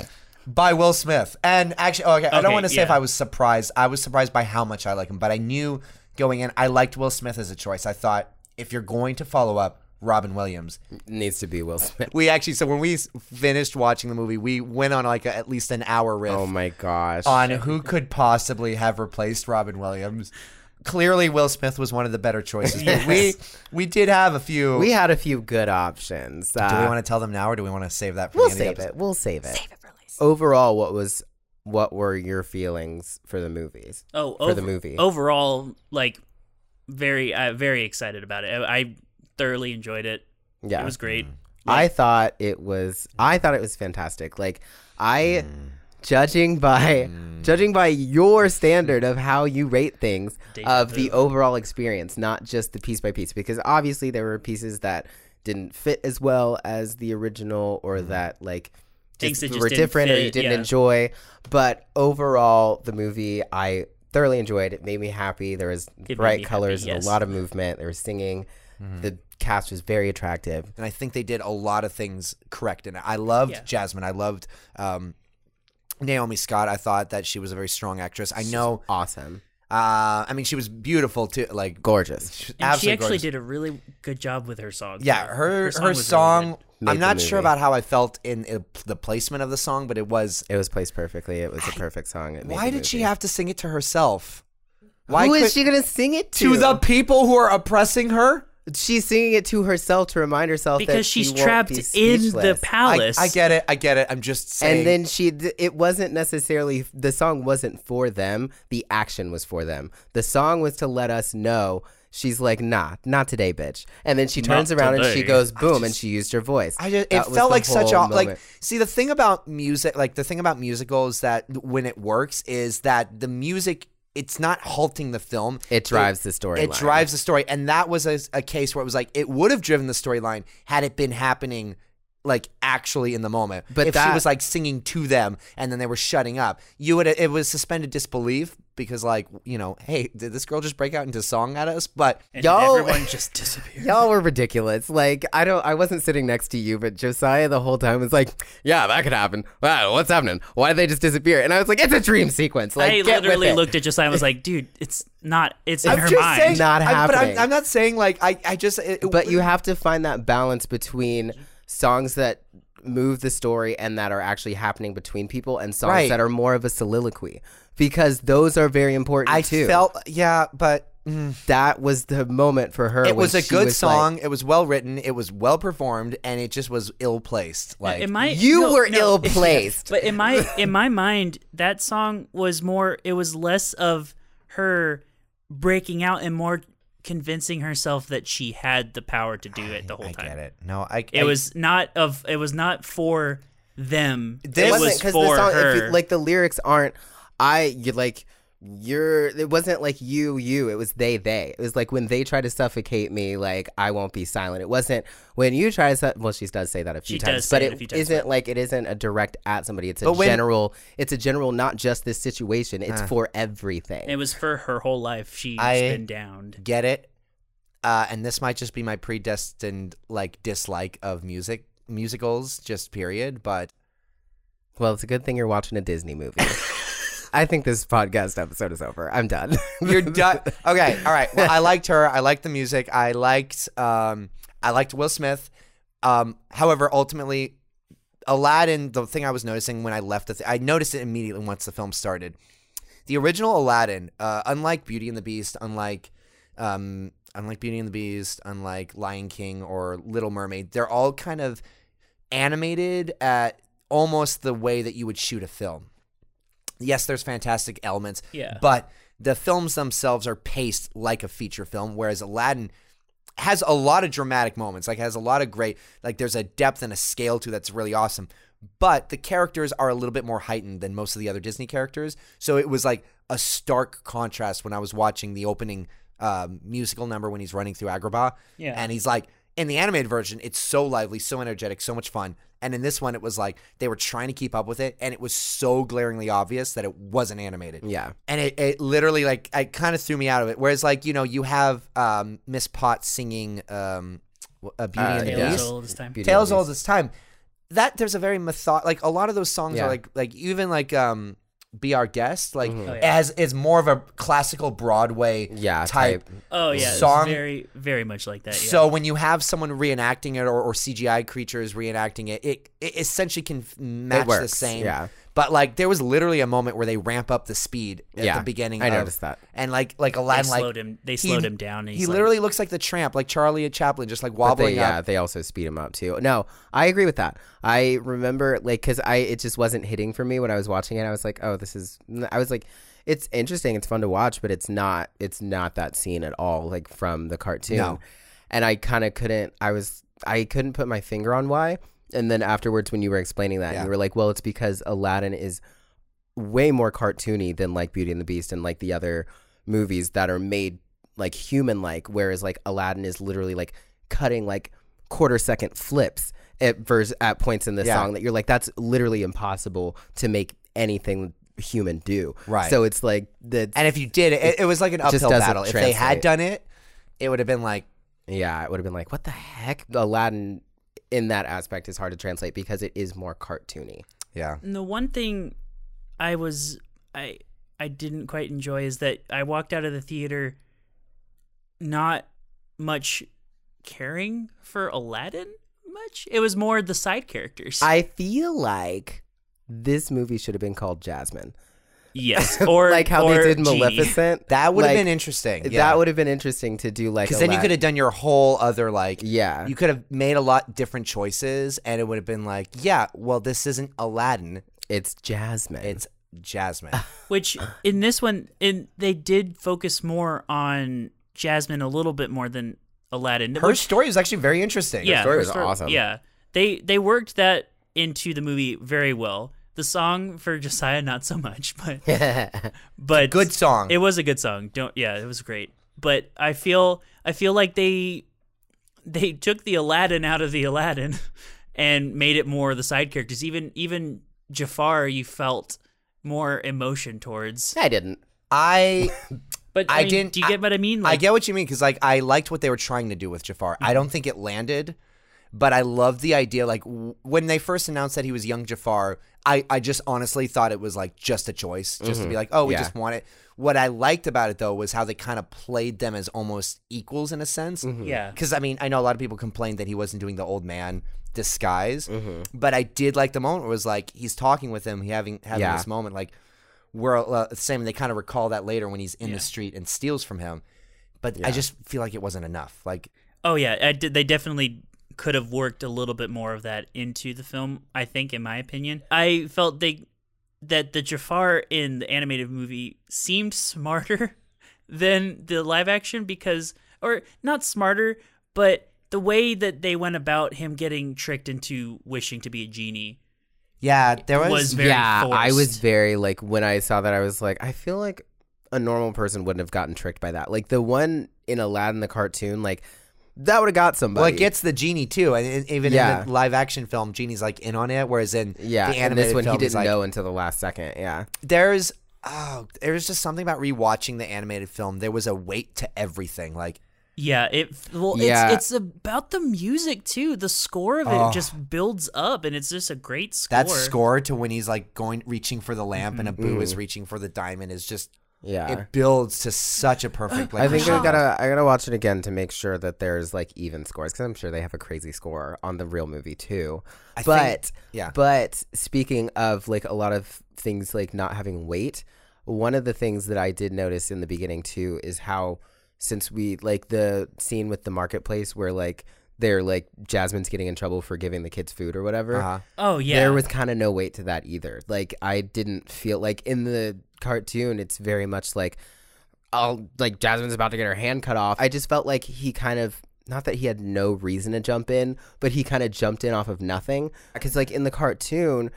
Speaker 1: by Will Smith. And actually, oh, okay, I don't
Speaker 3: Okay,
Speaker 1: want to say if
Speaker 3: yeah.
Speaker 1: I was surprised. I was surprised by how much I like him, but I knew going in, I liked Will Smith as a choice. I thought if you're going to follow up Robin Williams,
Speaker 2: needs to be Will Smith.
Speaker 1: we actually, so when we s- finished watching the movie, we went on like a, at least an hour riff
Speaker 2: Oh my gosh.
Speaker 1: on who could possibly have replaced Robin Williams. Clearly, Will Smith was one of the better choices. But we we did have a few.
Speaker 2: we had a few good options.
Speaker 1: do we
Speaker 2: Uh,
Speaker 1: want to tell them now, or do we want to save that for
Speaker 2: we'll
Speaker 1: the end of
Speaker 2: save
Speaker 1: the episode?
Speaker 2: it. We'll save it. Save it for later. Overall, what was what were your feelings for the movies?
Speaker 3: oh,
Speaker 2: for the
Speaker 3: over-
Speaker 2: movie.
Speaker 3: Overall, like very, uh, very excited about it. I, I thoroughly enjoyed it.
Speaker 2: Yeah. Mm.
Speaker 3: It was great.
Speaker 2: I thought it was I thought it was fantastic. Like I judging by
Speaker 3: Mm.
Speaker 2: judging by your standard of how you rate things
Speaker 3: Deja
Speaker 2: of the overall experience, not just the piece by piece because obviously there were pieces that didn't fit as well as the original or that like
Speaker 3: Mm-hmm. Things that just
Speaker 2: were
Speaker 3: didn't
Speaker 2: different or you
Speaker 3: fit,
Speaker 2: didn't
Speaker 3: yeah.
Speaker 2: enjoy. But overall the movie I thoroughly enjoyed. It made me happy. There was
Speaker 3: made me
Speaker 2: bright
Speaker 3: happy,
Speaker 2: colors and
Speaker 3: yes. Mm-hmm.
Speaker 2: a lot of movement. There was singing. The cast was very attractive.
Speaker 1: and I think they did a lot of things correct. And I loved
Speaker 3: Yeah.
Speaker 1: Jasmine. I loved um, Naomi Scott. I thought that she was a very strong actress. I know,
Speaker 2: Awesome.
Speaker 1: Uh, I mean, she was beautiful too. Like
Speaker 2: Gorgeous.
Speaker 1: she-
Speaker 3: And she
Speaker 1: absolutely
Speaker 3: actually
Speaker 1: gorgeous.
Speaker 3: did a really good job with her song.
Speaker 1: Yeah,
Speaker 3: too.
Speaker 1: her her song.
Speaker 3: was really good.
Speaker 2: Made
Speaker 1: I'm
Speaker 2: the
Speaker 1: not sure
Speaker 2: movie.
Speaker 1: about how I felt in uh, the placement of the song, but it was.
Speaker 2: It was placed perfectly. It was a perfect song. It made
Speaker 1: Why
Speaker 2: the
Speaker 1: did she
Speaker 2: movie.
Speaker 1: have to sing it to herself?
Speaker 2: Who is
Speaker 1: could-
Speaker 2: she gonna sing it to?
Speaker 1: to the people who are oppressing her?
Speaker 2: She's singing it to herself to remind herself that
Speaker 3: because she's
Speaker 2: she won't
Speaker 3: trapped
Speaker 2: be
Speaker 3: in the
Speaker 2: speechless.
Speaker 1: I,
Speaker 3: palace.
Speaker 1: I get it. I get it. I'm just saying.
Speaker 2: And then she, d- it wasn't necessarily the song wasn't for them. The action was for them. The song was to let us know. She's like, nah, not today, bitch. And then she turns
Speaker 3: Not
Speaker 2: around and she
Speaker 3: today.
Speaker 2: goes, boom, and she used her voice.
Speaker 1: I just, it
Speaker 2: That was
Speaker 1: felt
Speaker 2: the
Speaker 1: like such a
Speaker 2: whole
Speaker 1: like.
Speaker 2: moment.
Speaker 1: See, the thing about music, like the thing about musicals, that when it works is that the music it's not halting the film.
Speaker 2: it drives the story.
Speaker 1: It drives the story, and that was a, a case where it was like it would have driven the storyline had it been happening, like actually in the moment.
Speaker 2: But
Speaker 1: if she
Speaker 2: that-
Speaker 1: was like singing to them, and then they were shutting up, you would it was suspended disbelief because like you know, hey, did this girl just break out into song at us? But
Speaker 3: and
Speaker 2: Yo.
Speaker 3: everyone just disappeared.
Speaker 2: Y'all were ridiculous. Like I don't, I wasn't sitting next to you, but Josiah the whole time was like, "Yeah, that could happen. Wow, what's happening? Why did they just disappear?" And I was like, "It's a dream sequence." Like,
Speaker 3: I
Speaker 2: get with
Speaker 3: literally
Speaker 2: it.
Speaker 3: looked at Josiah and was like, dude, it's not, it's in
Speaker 1: I'm
Speaker 3: her
Speaker 1: just
Speaker 3: mind.
Speaker 1: saying,
Speaker 2: Not
Speaker 1: I- But
Speaker 2: happening.
Speaker 1: I'm, I'm not saying like I I just it, it-
Speaker 2: But you have to find that balance between songs that move the story and that are actually happening between people, and songs
Speaker 1: Right.
Speaker 2: that are more of a soliloquy, because those are very important
Speaker 1: I
Speaker 2: too.
Speaker 1: felt yeah, but mm,
Speaker 2: that was the moment for her.
Speaker 1: it
Speaker 2: when
Speaker 1: was a
Speaker 2: she
Speaker 1: good
Speaker 2: like,
Speaker 1: song. it was well written. It was well performed, and it just was ill placed. Like
Speaker 3: in my
Speaker 2: You
Speaker 3: no,
Speaker 2: were
Speaker 3: no.
Speaker 2: ill placed.
Speaker 3: but in my in my mind that song was more it was less of her breaking out and more convincing herself that she had the power to do it the whole
Speaker 1: I
Speaker 3: time
Speaker 1: get it. No, I
Speaker 3: It
Speaker 1: I-
Speaker 3: was not of it was not for them
Speaker 1: This-
Speaker 3: it
Speaker 2: wasn't
Speaker 3: was
Speaker 2: 'cause the
Speaker 3: for
Speaker 2: song,
Speaker 3: her
Speaker 2: If you, like the lyrics aren't. I you like you're. It wasn't like you you. It was they they. It was like when they try to suffocate me. Like I won't be silent. It wasn't when you try to. Su- well, she does say that a few
Speaker 3: She does
Speaker 2: times,
Speaker 3: say
Speaker 2: but
Speaker 3: it a few times,
Speaker 2: isn't like it isn't a direct at somebody. It's a
Speaker 1: But when-
Speaker 2: general. It's a general, not just this situation. It's
Speaker 3: Uh.
Speaker 2: for everything.
Speaker 3: it was for her whole life she's
Speaker 1: I-
Speaker 3: been downed
Speaker 1: get it. Uh, and this might just be my predestined like dislike of music musicals, just period. But
Speaker 2: well, it's a good thing you're watching a Disney movie. I think this podcast episode is over. I'm done.
Speaker 1: you're done. Okay, all right. Well, I liked her. I liked the music. I liked um, I liked Will Smith. Um, however, ultimately, Aladdin. The thing I was noticing when I left the, th- I noticed it immediately once the film started. The original Aladdin, uh, unlike Beauty and the Beast, unlike um, unlike Beauty and the Beast, unlike Lion King or Little Mermaid, they're all kind of animated at almost the way that you would shoot a film. Yes, there's fantastic elements,
Speaker 3: Yeah.
Speaker 1: but the films themselves are paced like a feature film, whereas Aladdin has a lot of dramatic moments, like has a lot of great, like there's a depth and a scale to that's really awesome. But the characters are a little bit more heightened than most of the other Disney characters, so it was like a stark contrast when I was watching the opening um, musical number when he's running through Agrabah,
Speaker 3: Yeah.
Speaker 1: and he's like in the animated version, it's so lively, so energetic, so much fun. And in this one, it was like they were trying to keep up with it, and it was so glaringly obvious that it wasn't animated
Speaker 2: yeah.
Speaker 1: and it, it literally like it kind of threw me out of it. Whereas like you know you have um, Miss Potts singing um, w- uh, Beauty
Speaker 2: Uh,
Speaker 1: and the
Speaker 2: yeah.
Speaker 1: Beast,
Speaker 3: Tales all this time.
Speaker 2: Beauty
Speaker 1: Tales
Speaker 2: and the
Speaker 1: all this time. That there's a very method like a lot of those songs
Speaker 2: Yeah.
Speaker 1: are like like even like um, Be Our Guest like
Speaker 3: Oh, yeah.
Speaker 1: as is more of a classical Broadway
Speaker 2: Mm-hmm. Yeah,
Speaker 1: type.
Speaker 2: type.
Speaker 3: oh yeah it's
Speaker 1: song-
Speaker 3: very very much like that yeah.
Speaker 1: So when you have someone reenacting it or, or CGI creatures reenacting it, it, it essentially can f- match the
Speaker 2: works,
Speaker 1: same.
Speaker 2: yeah.
Speaker 1: But like there was literally a moment where they ramp up the speed at
Speaker 2: Yeah,
Speaker 1: the beginning.
Speaker 2: I
Speaker 1: of-
Speaker 2: noticed that.
Speaker 1: And like like
Speaker 3: they
Speaker 1: Aladdin, like
Speaker 3: slowed him they slowed him down and
Speaker 1: he
Speaker 3: he's like-
Speaker 1: literally looks like the tramp, like Charlie Chaplin, just like
Speaker 2: But
Speaker 1: wobbling
Speaker 2: they, yeah,
Speaker 1: up.
Speaker 2: they also speed him up too. No, I agree with that. I remember like because I it just wasn't hitting for me when I was watching it. I was like, oh, this is. I was like, it's interesting, it's fun to watch, but it's not. It's not that scene at all, like from the cartoon.
Speaker 1: No.
Speaker 2: And I kind of couldn't. I was. I couldn't put my finger on why. And then afterwards, when you were explaining that,
Speaker 1: Yeah.
Speaker 2: you were like, well, it's because Aladdin is way more cartoony than like Beauty and the Beast and like the other movies that are made like human like, whereas like Aladdin is literally like cutting like quarter second flips at vers- at points in the
Speaker 1: Yeah.
Speaker 2: song that you're like, that's literally impossible to make anything human do.
Speaker 1: Right.
Speaker 2: So it's like the
Speaker 1: And if you did it, it, it was like an uphill
Speaker 2: doesn't
Speaker 1: battle. If they had
Speaker 2: translate.
Speaker 1: done it, it would have been like
Speaker 2: Yeah, it would have been like, what the heck? Aladdin in that aspect is hard to translate because it is more cartoony.
Speaker 1: yeah.
Speaker 3: And the one thing I was I I didn't quite enjoy is that I walked out of the theater not much caring for Aladdin much. It was more the side characters.
Speaker 2: I feel like this movie should have been called Jasmine.
Speaker 3: yes, or
Speaker 2: like how
Speaker 3: or
Speaker 2: they did
Speaker 3: Genie.
Speaker 2: Maleficent.
Speaker 1: That would
Speaker 2: Like,
Speaker 1: have been interesting. Yeah.
Speaker 2: That would have been interesting to do like
Speaker 1: because
Speaker 2: a
Speaker 1: then you
Speaker 2: la-
Speaker 1: could have done your whole other like
Speaker 2: Yeah.
Speaker 1: you could have made a lot different choices and it would have been like yeah well this isn't aladdin
Speaker 2: It's Jasmine.
Speaker 1: it's jasmine
Speaker 3: Which in this one, in they did focus more on Jasmine a little bit more than Aladdin.
Speaker 1: her
Speaker 3: which-
Speaker 1: story was actually very interesting
Speaker 3: yeah,
Speaker 2: story
Speaker 3: her
Speaker 2: was awesome.
Speaker 3: Yeah, they they worked that into the movie very well. The song for Josiah, not so much, but but
Speaker 1: good song
Speaker 3: It was a good song. Don't yeah, it was great. But I feel I feel like they they took the Aladdin out of the Aladdin and made it more the side characters. Even even Jafar you felt more emotion towards.
Speaker 2: I didn't.
Speaker 1: i
Speaker 3: But
Speaker 1: I
Speaker 3: mean,
Speaker 1: didn't-
Speaker 3: do you get what I mean?
Speaker 1: i get what you mean because like i liked what they were trying to do with jafar i don't think it landed but i love the idea like w- when they first announced that he was young jafar i, I just honestly thought it was like just a choice just to be like oh we
Speaker 2: Mm-hmm. Yeah.
Speaker 1: just want it what i liked about it though was how they kind of played them as almost equals in a sense
Speaker 2: Mm-hmm.
Speaker 3: Yeah.
Speaker 1: Because I mean, I know a lot of people complained that he wasn't doing the old man disguise,
Speaker 2: Mm-hmm.
Speaker 1: but I did like the moment where it was like he's talking with him, he having having
Speaker 2: Yeah.
Speaker 1: this moment like we're uh, same. And they kind of recall that later when he's in the street and steals from him. But I just feel like it wasn't enough. Like
Speaker 3: Oh yeah, I did, they definitely could have worked a little bit more of that into the film. I think, in my opinion, I felt they that the Jafar in the animated movie seemed smarter than the live action because, or not smarter, but the way that they went about him getting tricked into wishing to be a genie.
Speaker 1: yeah, there was,
Speaker 3: was very
Speaker 2: yeah, I was
Speaker 3: forced.
Speaker 2: very like when I saw that I was like I feel like a normal person wouldn't have gotten tricked by that. Like the one in Aladdin the cartoon like that would have got somebody.
Speaker 1: well, it gets the genie too, and and even
Speaker 2: Yeah.
Speaker 1: in the live action film, genie's like in on it, whereas in
Speaker 2: yeah,
Speaker 1: the
Speaker 2: and
Speaker 1: animated
Speaker 2: this one
Speaker 1: film,
Speaker 2: he
Speaker 1: he's
Speaker 2: didn't
Speaker 1: like,
Speaker 2: know until the last second. Yeah.
Speaker 1: there's oh, there's just something about rewatching the animated film. There was a weight to everything, like.
Speaker 3: Yeah, it well,
Speaker 2: Yeah.
Speaker 3: it's it's about the music too. The score of it just builds up, and it's just a great score.
Speaker 1: That score to when he's like going reaching for the lamp and
Speaker 2: Mm-hmm.
Speaker 1: Abu
Speaker 2: Mm.
Speaker 1: is reaching for the diamond is just
Speaker 2: Yeah.
Speaker 1: it builds to such a perfect like
Speaker 2: I think I
Speaker 1: result.
Speaker 2: gotta I gotta watch it again to make sure that there's like even scores because I'm sure they have a crazy score on the real movie too.
Speaker 1: I think-
Speaker 2: but
Speaker 1: yeah.
Speaker 2: But speaking of like a lot of things like not having weight, one of the things that I did notice in the beginning too is how since we like the scene with the marketplace where like they're like Jasmine's getting in trouble for giving the kids food or whatever.
Speaker 1: Uh-huh.
Speaker 3: Oh yeah,
Speaker 2: There was kind of no weight to that either. Like I didn't feel like in the cartoon, it's very much like, oh, like Jasmine's about to get her hand cut off. I just felt like he kind of not that he had no reason to jump in, but he kind of jumped in off of nothing. Because like in the cartoon,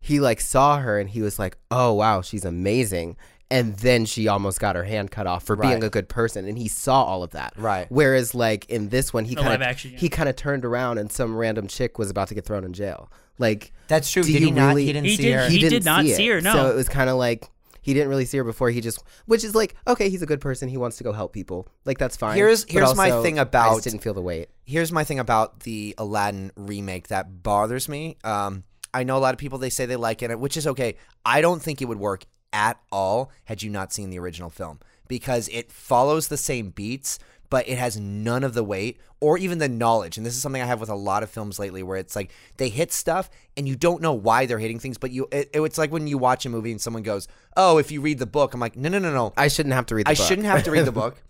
Speaker 2: he like saw her and he was like, oh wow, she's amazing. And then she almost got her hand cut off for being
Speaker 1: Right.
Speaker 2: a good person, and he saw all of that.
Speaker 1: Right.
Speaker 2: Whereas, like in this one, he
Speaker 3: The
Speaker 2: kind
Speaker 3: live
Speaker 2: of
Speaker 3: action, yeah.
Speaker 2: he kind of turned around, and some random chick was about to get thrown in jail. Like
Speaker 1: That's true.
Speaker 2: Do
Speaker 1: Did he
Speaker 2: you
Speaker 1: not?
Speaker 2: really-
Speaker 1: He didn't
Speaker 3: He
Speaker 1: see
Speaker 3: did-
Speaker 1: her.
Speaker 3: he- did not see her, no.
Speaker 2: So it was kind of like he didn't really see her before. He just, which is like, okay, he's a good person. He wants to go help people. Like that's fine.
Speaker 1: Here's-
Speaker 2: But
Speaker 1: here's my
Speaker 2: also,
Speaker 1: thing
Speaker 2: I
Speaker 1: about-
Speaker 2: just didn't feel the weight.
Speaker 1: Here's my thing about the Aladdin remake that bothers me. Um, I know a lot of people they say they like it, which is okay. I don't think it would work at all had you not seen the original film because it follows the same beats, but it has none of the weight or even the knowledge. And this is something I have with a lot of films lately, where it's like they hit stuff and you don't know why they're hitting things, but you it, it's like when you watch a movie and someone goes, "Oh, if you read the book," I'm like, "No, no, no, no,
Speaker 2: I shouldn't have to read. The
Speaker 1: I
Speaker 2: book.
Speaker 1: shouldn't have to read the book."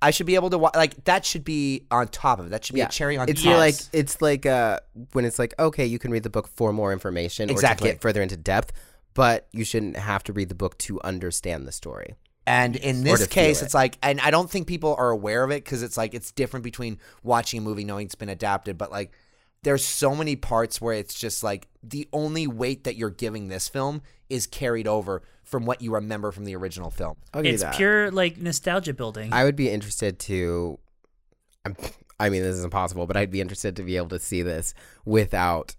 Speaker 1: I should be able to watch like that. Should be on top of it. That should be a cherry on
Speaker 2: it's
Speaker 1: top.
Speaker 3: Yes.
Speaker 2: like it's like uh when it's like okay you can read the book for more information
Speaker 1: Exactly.
Speaker 2: or to get further into depth but you shouldn't have to read the book to understand the story
Speaker 1: And in
Speaker 2: Or
Speaker 1: this
Speaker 2: to feel
Speaker 1: case,
Speaker 2: it.
Speaker 1: it's like, and I don't think people are aware of it because it's like, it's different between watching a movie knowing it's been adapted, but like, there's so many parts where it's just like the only weight that you're giving this film is carried over from what you remember from the original film.
Speaker 2: I'll give you
Speaker 3: it's
Speaker 2: that.
Speaker 3: pure like nostalgia building.
Speaker 2: I would be interested to. I'm- I mean, this is impossible, but I'd be interested to be able to see this without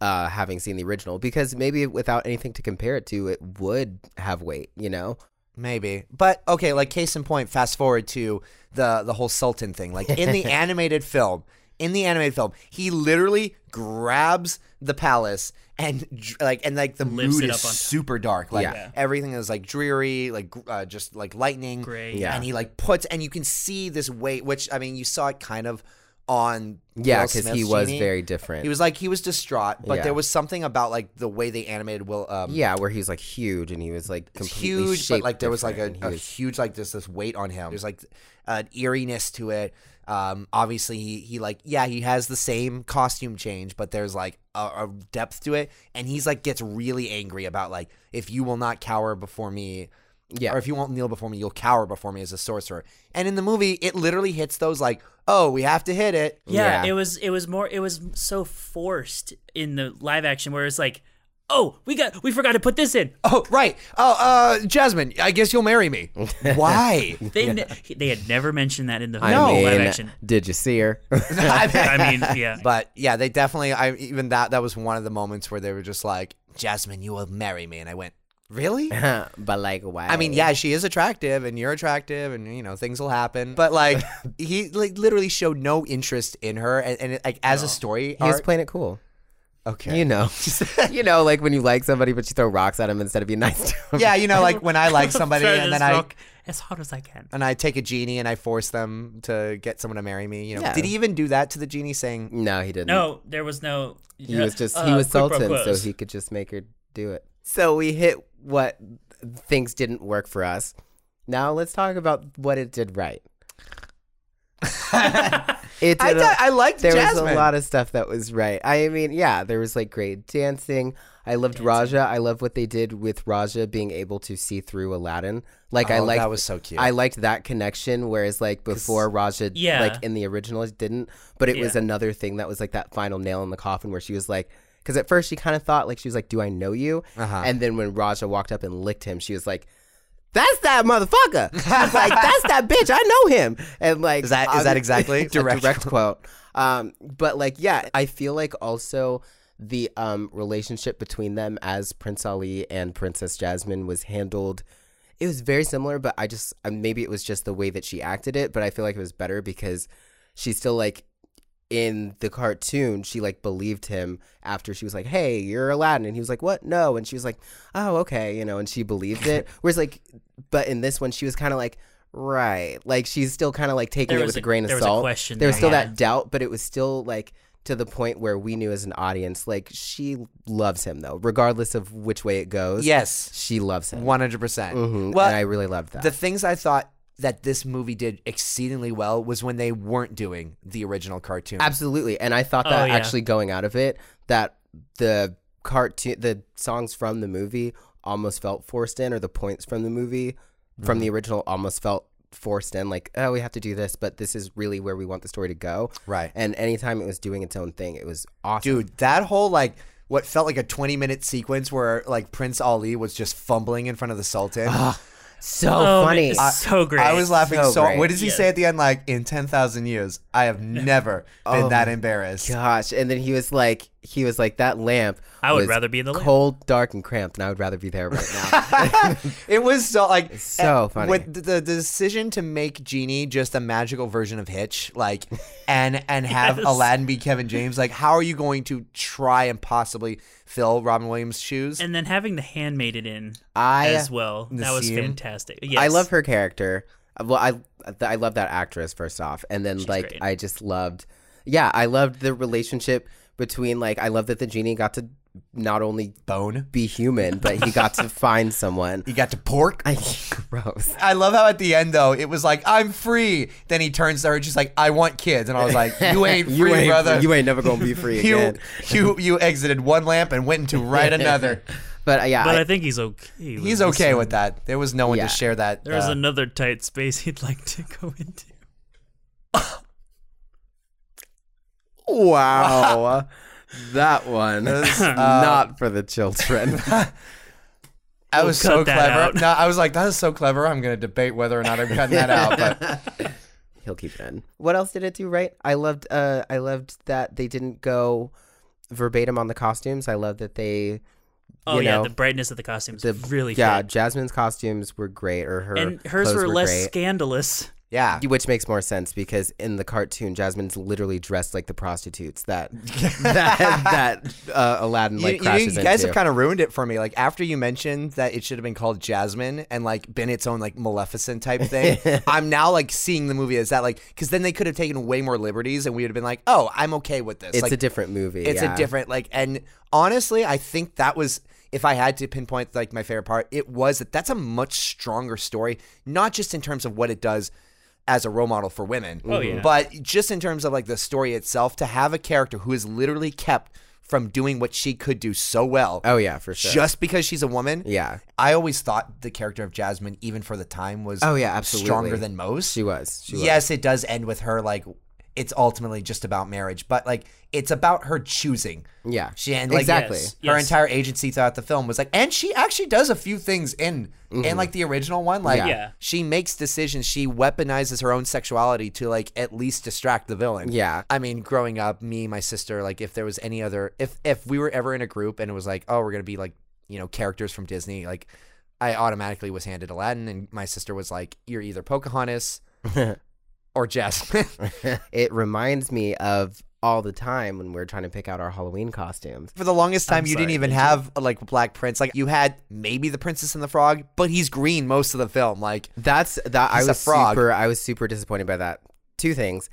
Speaker 2: uh, having seen the original because maybe without anything to compare it to, it would have weight, you know?
Speaker 1: Maybe, but okay. Like case in point, fast forward to the the whole Sultan thing. Like in the animated film, in the animated film. He literally grabs the palace and dr- like and like the
Speaker 3: Lifts
Speaker 1: mood is
Speaker 3: it up on top.
Speaker 1: super dark. Like
Speaker 2: Yeah.
Speaker 1: everything is like dreary, like gr- uh, just like lightning.
Speaker 3: Gray.
Speaker 2: Yeah.
Speaker 1: And he like puts and you can see this weight, which I mean you saw it kind of on
Speaker 2: Yeah,
Speaker 1: Will
Speaker 2: because
Speaker 1: Smith's
Speaker 2: he was
Speaker 1: Genie.
Speaker 2: very different.
Speaker 1: He was like he was distraught, but
Speaker 2: Yeah.
Speaker 1: there was something about like the way they animated Will. Um,
Speaker 2: yeah, where he was like huge and he was like completely
Speaker 1: huge, but
Speaker 2: shaped
Speaker 1: like there was like a,
Speaker 2: different,
Speaker 1: a
Speaker 2: and he was-
Speaker 1: huge like this this weight on him. There's like an eeriness to it. Um, obviously he he like yeah he has the same costume change, but there's like a, a depth to it, and he's like gets really angry about like if you will not cower before me.
Speaker 2: Yeah.
Speaker 1: Or if you won't kneel before me, you'll cower before me as a sorcerer. And in the movie, it literally hits those like, oh, we have to hit it.
Speaker 3: Yeah,
Speaker 2: Yeah.
Speaker 3: it was it was more it was so forced in the live action where it's like, oh, we got we forgot to put this in.
Speaker 1: Oh, right. Oh, uh, Jasmine, I guess you'll marry me. Why?
Speaker 3: They ne- they had never mentioned that in the
Speaker 2: I
Speaker 3: whole
Speaker 2: mean,
Speaker 3: live action.
Speaker 2: did you see her?
Speaker 1: I mean-
Speaker 3: I mean, yeah,
Speaker 1: But yeah, they definitely. I even that that was one of the moments where they were just like, "Jasmine, you will marry me," and I went, "Really?"
Speaker 2: but like, why?
Speaker 1: I mean, yeah, she is attractive, and you're attractive, and you know things will happen. But like, he like literally showed no interest in her, and, and like as a story
Speaker 2: he was
Speaker 1: arc-
Speaker 2: playing it cool.
Speaker 1: okay,
Speaker 2: You know, you know, like when you like somebody, but you throw rocks at him instead of being nice to him.
Speaker 1: yeah, you know, like when I like somebody,
Speaker 3: Throw
Speaker 1: and
Speaker 3: this
Speaker 1: then I
Speaker 3: rock as hard as I can.
Speaker 1: and I take a genie and I force them to get someone to marry me. You know,
Speaker 2: Yeah.
Speaker 1: did he even do that to the genie, saying,
Speaker 2: No, he didn't.
Speaker 3: No, there was no.
Speaker 2: he was just he
Speaker 3: uh,
Speaker 2: was
Speaker 3: quid pro
Speaker 2: sultan, so
Speaker 3: quos.
Speaker 2: he could just make her do it. So we hit what things didn't work for us. Now let's talk about what it did right. it did
Speaker 1: "I
Speaker 2: a-
Speaker 1: thought- I liked
Speaker 2: there
Speaker 1: Jasmine."
Speaker 2: was a lot of stuff that was right. I mean, yeah, there was like great dancing. I loved Raja. I love what they did with Raja being able to see through Aladdin. Like I
Speaker 1: Oh,
Speaker 2: like
Speaker 1: that was so cute.
Speaker 2: I liked that connection. Whereas like before Raja,
Speaker 3: Yeah.
Speaker 2: like in the original, it didn't. But it was
Speaker 3: Yeah.
Speaker 2: another thing that was like that final nail in the coffin where she was like, because at first she kind of thought like she was like, "Do I know you?"
Speaker 1: Uh-huh.
Speaker 2: And then when Raja walked up and licked him, she was like. That's that motherfucker. I was like, that's that bitch. I know him. And like,
Speaker 1: Is that- is that
Speaker 2: obvi-
Speaker 1: exactly?
Speaker 2: a
Speaker 1: Direct
Speaker 2: direct, quote? Um, but like, yeah, I feel like also the um relationship between them as Prince Ali and Princess Jasmine was handled. It was very similar, but I just uh, maybe it was just the way that she acted it. But I feel like it was better because she's still like in the cartoon, she like believed him after she was like, "Hey, you're Aladdin," and he was like, "What? No," and she was like, "Oh, okay," you know, and she believed it. Whereas like, but in this one, she was kind of like, "Right," like she's still kind of like taking
Speaker 3: There
Speaker 2: it
Speaker 3: was
Speaker 2: with a,
Speaker 3: a-
Speaker 2: grain of
Speaker 3: there was a
Speaker 2: salt.
Speaker 3: question
Speaker 2: there was
Speaker 3: there,
Speaker 2: still
Speaker 3: yeah.
Speaker 2: that doubt, but it was still like to the point where we knew as an audience, like she loves him though, regardless of which way it goes.
Speaker 1: yes,
Speaker 2: she loves him.
Speaker 1: one hundred percent.
Speaker 2: Mhm,
Speaker 1: Well,
Speaker 2: and I really loved that.
Speaker 1: the things I thought that this movie did exceedingly well was when they weren't doing the original cartoon.
Speaker 2: Absolutely. And I thought that
Speaker 3: Oh, yeah.
Speaker 2: actually going out of it, that the cartoon, the songs from the movie almost felt forced in, or the points from the movie from
Speaker 3: Mm-hmm.
Speaker 2: the original almost felt forced in. Like, oh, we have to do this, but this is really where we want the story to go.
Speaker 1: Right.
Speaker 2: And anytime it was doing its own thing, it was awesome.
Speaker 1: Dude, that whole like what felt like a 20 minute sequence where like Prince Ali was just fumbling in front of the Sultan.
Speaker 2: Ah, so
Speaker 3: Oh, man,
Speaker 2: funny.
Speaker 3: it's so great.
Speaker 1: I was laughing so,
Speaker 2: So great.
Speaker 1: what does he
Speaker 3: Yeah.
Speaker 1: say at the end like in 10,000 years I have never
Speaker 2: Oh
Speaker 1: been that embarrassed.
Speaker 2: Gosh, and then he was like, he was like, that lamp.
Speaker 3: I would
Speaker 2: was
Speaker 3: rather be in the lamp."
Speaker 2: cold, dark, and cramped, and I would rather be there right now.
Speaker 1: It was so like
Speaker 2: so
Speaker 1: eh,
Speaker 2: funny.
Speaker 1: With the, the decision to make Genie just a magical version of Hitch, like and and have
Speaker 3: Yes.
Speaker 1: Aladdin be Kevin James, like how are you going to try and possibly fill Robin Williams' shoes?
Speaker 3: And then having the hand made it in
Speaker 2: I
Speaker 3: as well. That was
Speaker 1: Nassim.
Speaker 3: fantastic. Yes.
Speaker 2: I love her character. Well, I I love that actress first off, and then like
Speaker 3: great.
Speaker 2: I just loved, yeah, I loved the relationship between like I love that the genie got to not only
Speaker 1: Bone.
Speaker 2: be human, but he got to find someone.
Speaker 1: You got to pork.
Speaker 2: I, gross.
Speaker 1: I love how at the end though it was like I'm free. Then he turns to her and she's like I want kids, and I was like you ain't free,
Speaker 2: you ain't,
Speaker 1: brother.
Speaker 2: You ain't never gonna be free
Speaker 1: you,
Speaker 2: again.
Speaker 1: you you exited one lamp and went into right another.
Speaker 2: But uh, yeah,
Speaker 3: But I,
Speaker 2: I-
Speaker 3: think he's okay. with
Speaker 1: He's
Speaker 3: this.
Speaker 1: okay with that. There was no one
Speaker 2: Yeah.
Speaker 1: to share that.
Speaker 3: There's
Speaker 1: uh,
Speaker 3: another tight space he'd like to go into.
Speaker 2: wow, that one not for the children.
Speaker 1: I was
Speaker 3: We'll
Speaker 1: so
Speaker 3: cut that
Speaker 1: clever.
Speaker 3: out.
Speaker 1: No, I was like that is so clever. I'm gonna debate whether or not I'm cutting that out. But
Speaker 2: he'll keep it in. What else did it do right? I loved uh I loved that they didn't go verbatim on the costumes. I love that they
Speaker 3: Oh
Speaker 2: you
Speaker 3: yeah,
Speaker 2: know,
Speaker 3: the brightness of the costumes
Speaker 2: the
Speaker 3: really
Speaker 2: Yeah,
Speaker 3: fit.
Speaker 2: Jasmine's costumes were great or her
Speaker 3: and hers
Speaker 2: clothes
Speaker 3: were less
Speaker 2: great.
Speaker 3: scandalous.
Speaker 1: Yeah.
Speaker 2: Which makes more sense because in the cartoon, Jasmine's literally dressed like the prostitutes that that, that uh, Aladdin
Speaker 1: You-
Speaker 2: like
Speaker 1: you,
Speaker 2: crashes
Speaker 1: you guys
Speaker 2: into.
Speaker 1: have kind of ruined it for me. Like after you mentioned that it should have been called Jasmine and like been its own like Maleficent type thing, I'm now like seeing the movie as that like because then they could have taken way more liberties and we would have been like, oh, I'm okay with this.
Speaker 2: it's
Speaker 1: like,
Speaker 2: a different movie.
Speaker 1: It's
Speaker 2: yeah.
Speaker 1: a different like, and honestly, I think that was if I had to pinpoint like my favorite part, it was that that's a much stronger story, not just in terms of what it does as a role model for women,
Speaker 3: Oh, yeah.
Speaker 1: but just in terms of like the story itself. To have a character who is literally kept from doing what she could do so well,
Speaker 2: Oh yeah, for sure.
Speaker 1: just because she's a woman.
Speaker 2: yeah,
Speaker 1: I always thought the character of Jasmine, even for the time, was
Speaker 2: Oh, yeah, absolutely.
Speaker 1: stronger than most
Speaker 2: she was. She was.
Speaker 1: yes, it does end with her like it's ultimately just about marriage, but like it's about her choosing.
Speaker 2: Yeah.
Speaker 1: She and like
Speaker 2: Exactly. Yes,
Speaker 1: her
Speaker 3: yes.
Speaker 1: entire agency throughout the film was like, and she actually does a few things in in like the original one. Like
Speaker 2: Mm-hmm. Yeah.
Speaker 3: Yeah.
Speaker 1: she makes decisions. She weaponizes her own sexuality to like at least distract the villain.
Speaker 2: Yeah.
Speaker 1: I mean, growing up, me, my sister, like if there was any other, if if we were ever in a group and it was like, oh, we're gonna be like, you know, characters from Disney, like. I automatically was handed Aladdin, and my sister was like, "You're either Pocahontas or Jasmine."
Speaker 2: it reminds me of all the time when we're trying to pick out our Halloween costumes.
Speaker 1: For the longest time,
Speaker 3: I'm
Speaker 1: you
Speaker 3: sorry,
Speaker 1: didn't even
Speaker 3: did you?
Speaker 1: have uh, like Black Prince. Like you had maybe the Princess and the Frog, but he's green most of the film. Like
Speaker 2: That's that. I
Speaker 1: He's a
Speaker 2: was
Speaker 1: frog.
Speaker 2: super. I was super disappointed by that. Two things.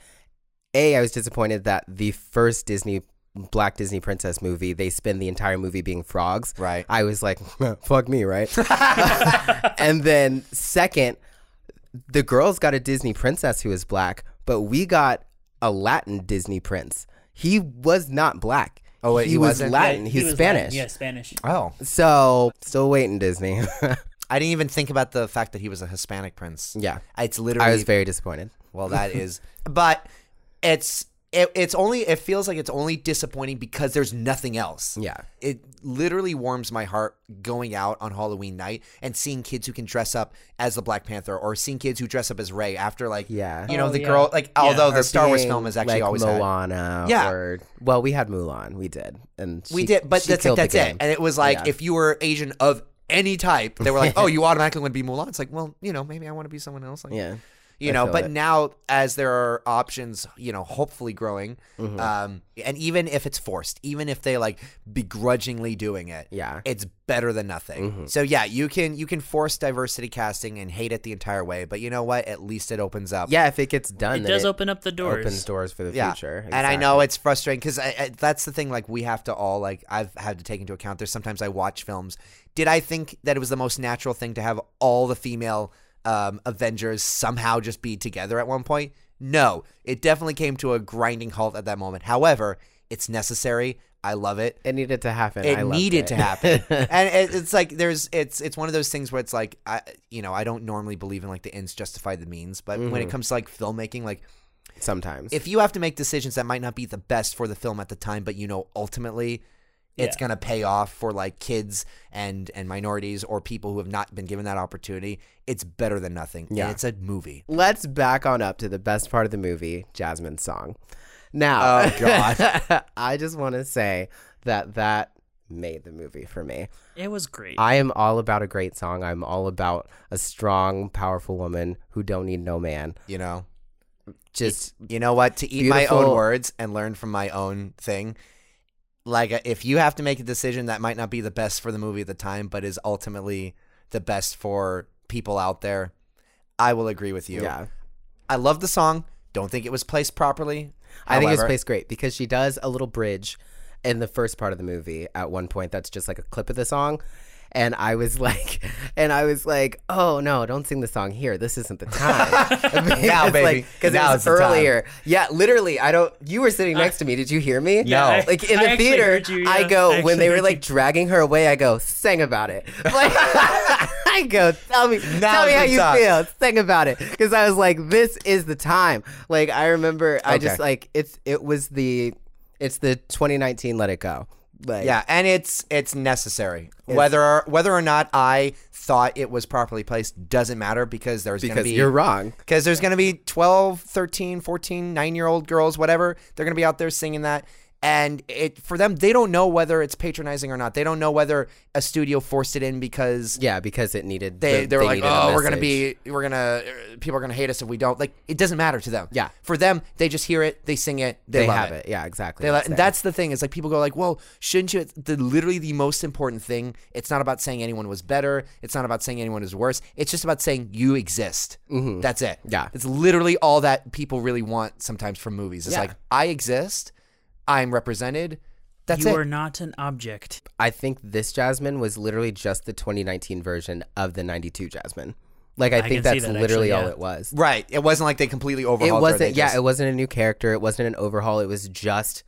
Speaker 2: A, I was disappointed that the first Disney Black Disney Princess movie, they spend the entire movie being frogs.
Speaker 1: Right.
Speaker 2: I was like, fuck me, right? and then second, the girls got a Disney princess who was black, but we got a Latin Disney prince. He was not black.
Speaker 1: Oh, wait,
Speaker 2: he,
Speaker 1: he
Speaker 2: was
Speaker 1: wasn't?
Speaker 2: Latin.
Speaker 3: Yeah,
Speaker 2: he,
Speaker 3: he
Speaker 2: was
Speaker 3: was
Speaker 2: Ah, Spanish.
Speaker 3: Latin. Yeah, Spanish.
Speaker 1: oh,
Speaker 2: So, still waiting, Disney.
Speaker 1: I didn't even think about the fact that he was a Hispanic prince.
Speaker 2: yeah.
Speaker 1: it's literally
Speaker 2: I was very disappointed.
Speaker 1: well. That is, but it's it, it's only it feels like it's only disappointing because there's nothing else.
Speaker 2: Yeah.
Speaker 1: it literally warms my heart going out on Halloween night and seeing kids who can dress up as the Black Panther or seeing kids who dress up as Ray after like
Speaker 2: Yeah.
Speaker 1: you know
Speaker 3: Oh,
Speaker 1: the
Speaker 3: yeah.
Speaker 1: girl like although the
Speaker 2: Or
Speaker 1: Star Wars
Speaker 2: being
Speaker 1: film is actually
Speaker 2: like
Speaker 1: always had-
Speaker 2: Moana.
Speaker 1: Yeah.
Speaker 2: Or, well, we had Mulan. We did, and
Speaker 1: We
Speaker 2: she-
Speaker 1: did, but
Speaker 2: she
Speaker 1: that's like
Speaker 2: killed the
Speaker 1: that's it.
Speaker 2: game.
Speaker 1: And it was like
Speaker 2: Yeah.
Speaker 1: if you were Asian of any type, they were like, "Oh, you automatically want to be Mulan." It's like, well, you know, maybe I want to be someone else. Like,
Speaker 2: yeah,
Speaker 1: you
Speaker 2: I
Speaker 1: know.
Speaker 2: feel
Speaker 1: But
Speaker 2: it.
Speaker 1: now, as there are options, you know, hopefully growing,
Speaker 2: Mm-hmm.
Speaker 1: um, and even if it's forced, even if they like begrudgingly doing it,
Speaker 2: yeah, Mm-hmm.
Speaker 1: it's better than nothing. So yeah, you can you can force diversity casting and hate it the entire way, but you know what? At least it opens up.
Speaker 2: yeah. If it gets done,
Speaker 3: It
Speaker 2: then
Speaker 3: does open up the doors.
Speaker 2: opens doors for the future.
Speaker 1: And I
Speaker 2: Exactly.
Speaker 1: know it's frustrating because I, I, that's the thing. Like we have to all like I've had to take into account. There's sometimes I watch films. Did I think that it was the most natural thing to have all the female um, Avengers somehow just be together at one point? No, it definitely came to a grinding halt at that moment. However, it's necessary. I love it
Speaker 2: it needed to happen.
Speaker 1: it
Speaker 2: I loved
Speaker 1: needed
Speaker 2: it.
Speaker 1: to happen and it, it's like there's it's it's one of those things where it's like i you know i don't normally believe in like the ends justify the means but
Speaker 2: Mm-hmm.
Speaker 1: when it comes to like filmmaking like
Speaker 2: Sometimes
Speaker 1: if you have to make decisions that might not be the best for the film at the time but you know ultimately it's
Speaker 3: Yeah.
Speaker 1: going to pay off for like kids and and minorities or people who have not been given that opportunity it's better than nothing yeah
Speaker 2: Yeah.
Speaker 1: and it's a movie
Speaker 2: Let's back on up to the best part of the movie, Jasmine's song. Now,
Speaker 1: Oh, God.
Speaker 2: I just want to say that that made the movie for me.
Speaker 3: it was great.
Speaker 2: I am all about a great song. I'm all about a strong, powerful woman who don't need no man.
Speaker 1: you know
Speaker 2: Just
Speaker 1: You know what? To eat my own
Speaker 2: Beautiful.
Speaker 1: words and learn from my own thing. Like, uh, if you have to make a decision that might not be the best for the movie at the time, but is ultimately the best for people out there, I will agree with you.
Speaker 2: yeah.
Speaker 1: I love the song. Don't think it was placed properly.
Speaker 2: I think it was
Speaker 1: However-
Speaker 2: placed great because she does a little bridge in the first part of the movie at one point that's just like a clip of the song. And I was like, and I was like, oh no, don't sing the song here. This isn't the time.
Speaker 1: Now, baby.
Speaker 2: Because
Speaker 1: Now
Speaker 2: it
Speaker 1: it's
Speaker 2: was
Speaker 1: the time. Uh,
Speaker 2: earlier. Yeah, literally. I don't, you were sitting next to me. Did you hear me?
Speaker 1: No. I-
Speaker 2: like in
Speaker 3: I
Speaker 2: the
Speaker 3: actually
Speaker 2: theater,
Speaker 3: heard you,
Speaker 2: I
Speaker 3: yeah.
Speaker 2: go,
Speaker 3: I
Speaker 2: when they
Speaker 3: actually
Speaker 2: were
Speaker 3: heard
Speaker 2: like
Speaker 3: you.
Speaker 2: dragging her away, I go, sing about it. Like, I go, tell me, tell
Speaker 1: Now's
Speaker 2: me how
Speaker 1: the
Speaker 2: you
Speaker 1: time.
Speaker 2: feel know, think about it because I was like, this is the time. Like I remember, I just
Speaker 1: Okay.
Speaker 2: like it's it was the it's the 2019 Let It Go. Like
Speaker 1: Yeah, and it's it's necessary. whether whether or not I thought it was properly placed doesn't matter because there's going to
Speaker 2: because
Speaker 1: be
Speaker 2: you're wrong.
Speaker 1: because there's going to be 12 13 14 9 year old girls whatever they're going to be out there singing that and it for them they don't know whether it's patronizing or not. They don't know whether a studio forced it in because
Speaker 2: Yeah, because it needed.
Speaker 1: they
Speaker 2: the-
Speaker 1: they were like,
Speaker 2: needed a
Speaker 1: oh, we're gonna
Speaker 2: message."
Speaker 1: be, we're gonna, people are gonna hate us if we don't. Like, it doesn't matter to them.
Speaker 2: Yeah.
Speaker 1: for them, they just hear it, they sing it, they,
Speaker 2: They
Speaker 1: love
Speaker 2: have
Speaker 1: it.
Speaker 2: it. Yeah, exactly.
Speaker 1: They li-
Speaker 2: It's there.
Speaker 1: that's the thing is like people go like, well, shouldn't you? The literally the most important thing. It's not about saying anyone was better. It's not about saying anyone is worse. It's just about saying you exist. That's it.
Speaker 2: Mm-hmm. Yeah.
Speaker 1: it's literally all that people really want sometimes from movies. It's
Speaker 2: Yeah.
Speaker 1: like I exist, I'm represented. That's
Speaker 3: you
Speaker 1: it.
Speaker 3: are not an object.
Speaker 2: I think this Jasmine was literally just the 2019 version of the 92 Jasmine. Like I,
Speaker 3: can see
Speaker 2: think that's
Speaker 3: that,
Speaker 2: literally
Speaker 3: actually,
Speaker 2: all
Speaker 3: yeah.
Speaker 2: it was.
Speaker 1: right. It wasn't like they completely overhauled.
Speaker 2: It
Speaker 1: her, they
Speaker 2: wasn't yeah,
Speaker 1: just-
Speaker 2: it wasn't a new character, it wasn't an overhaul, it was just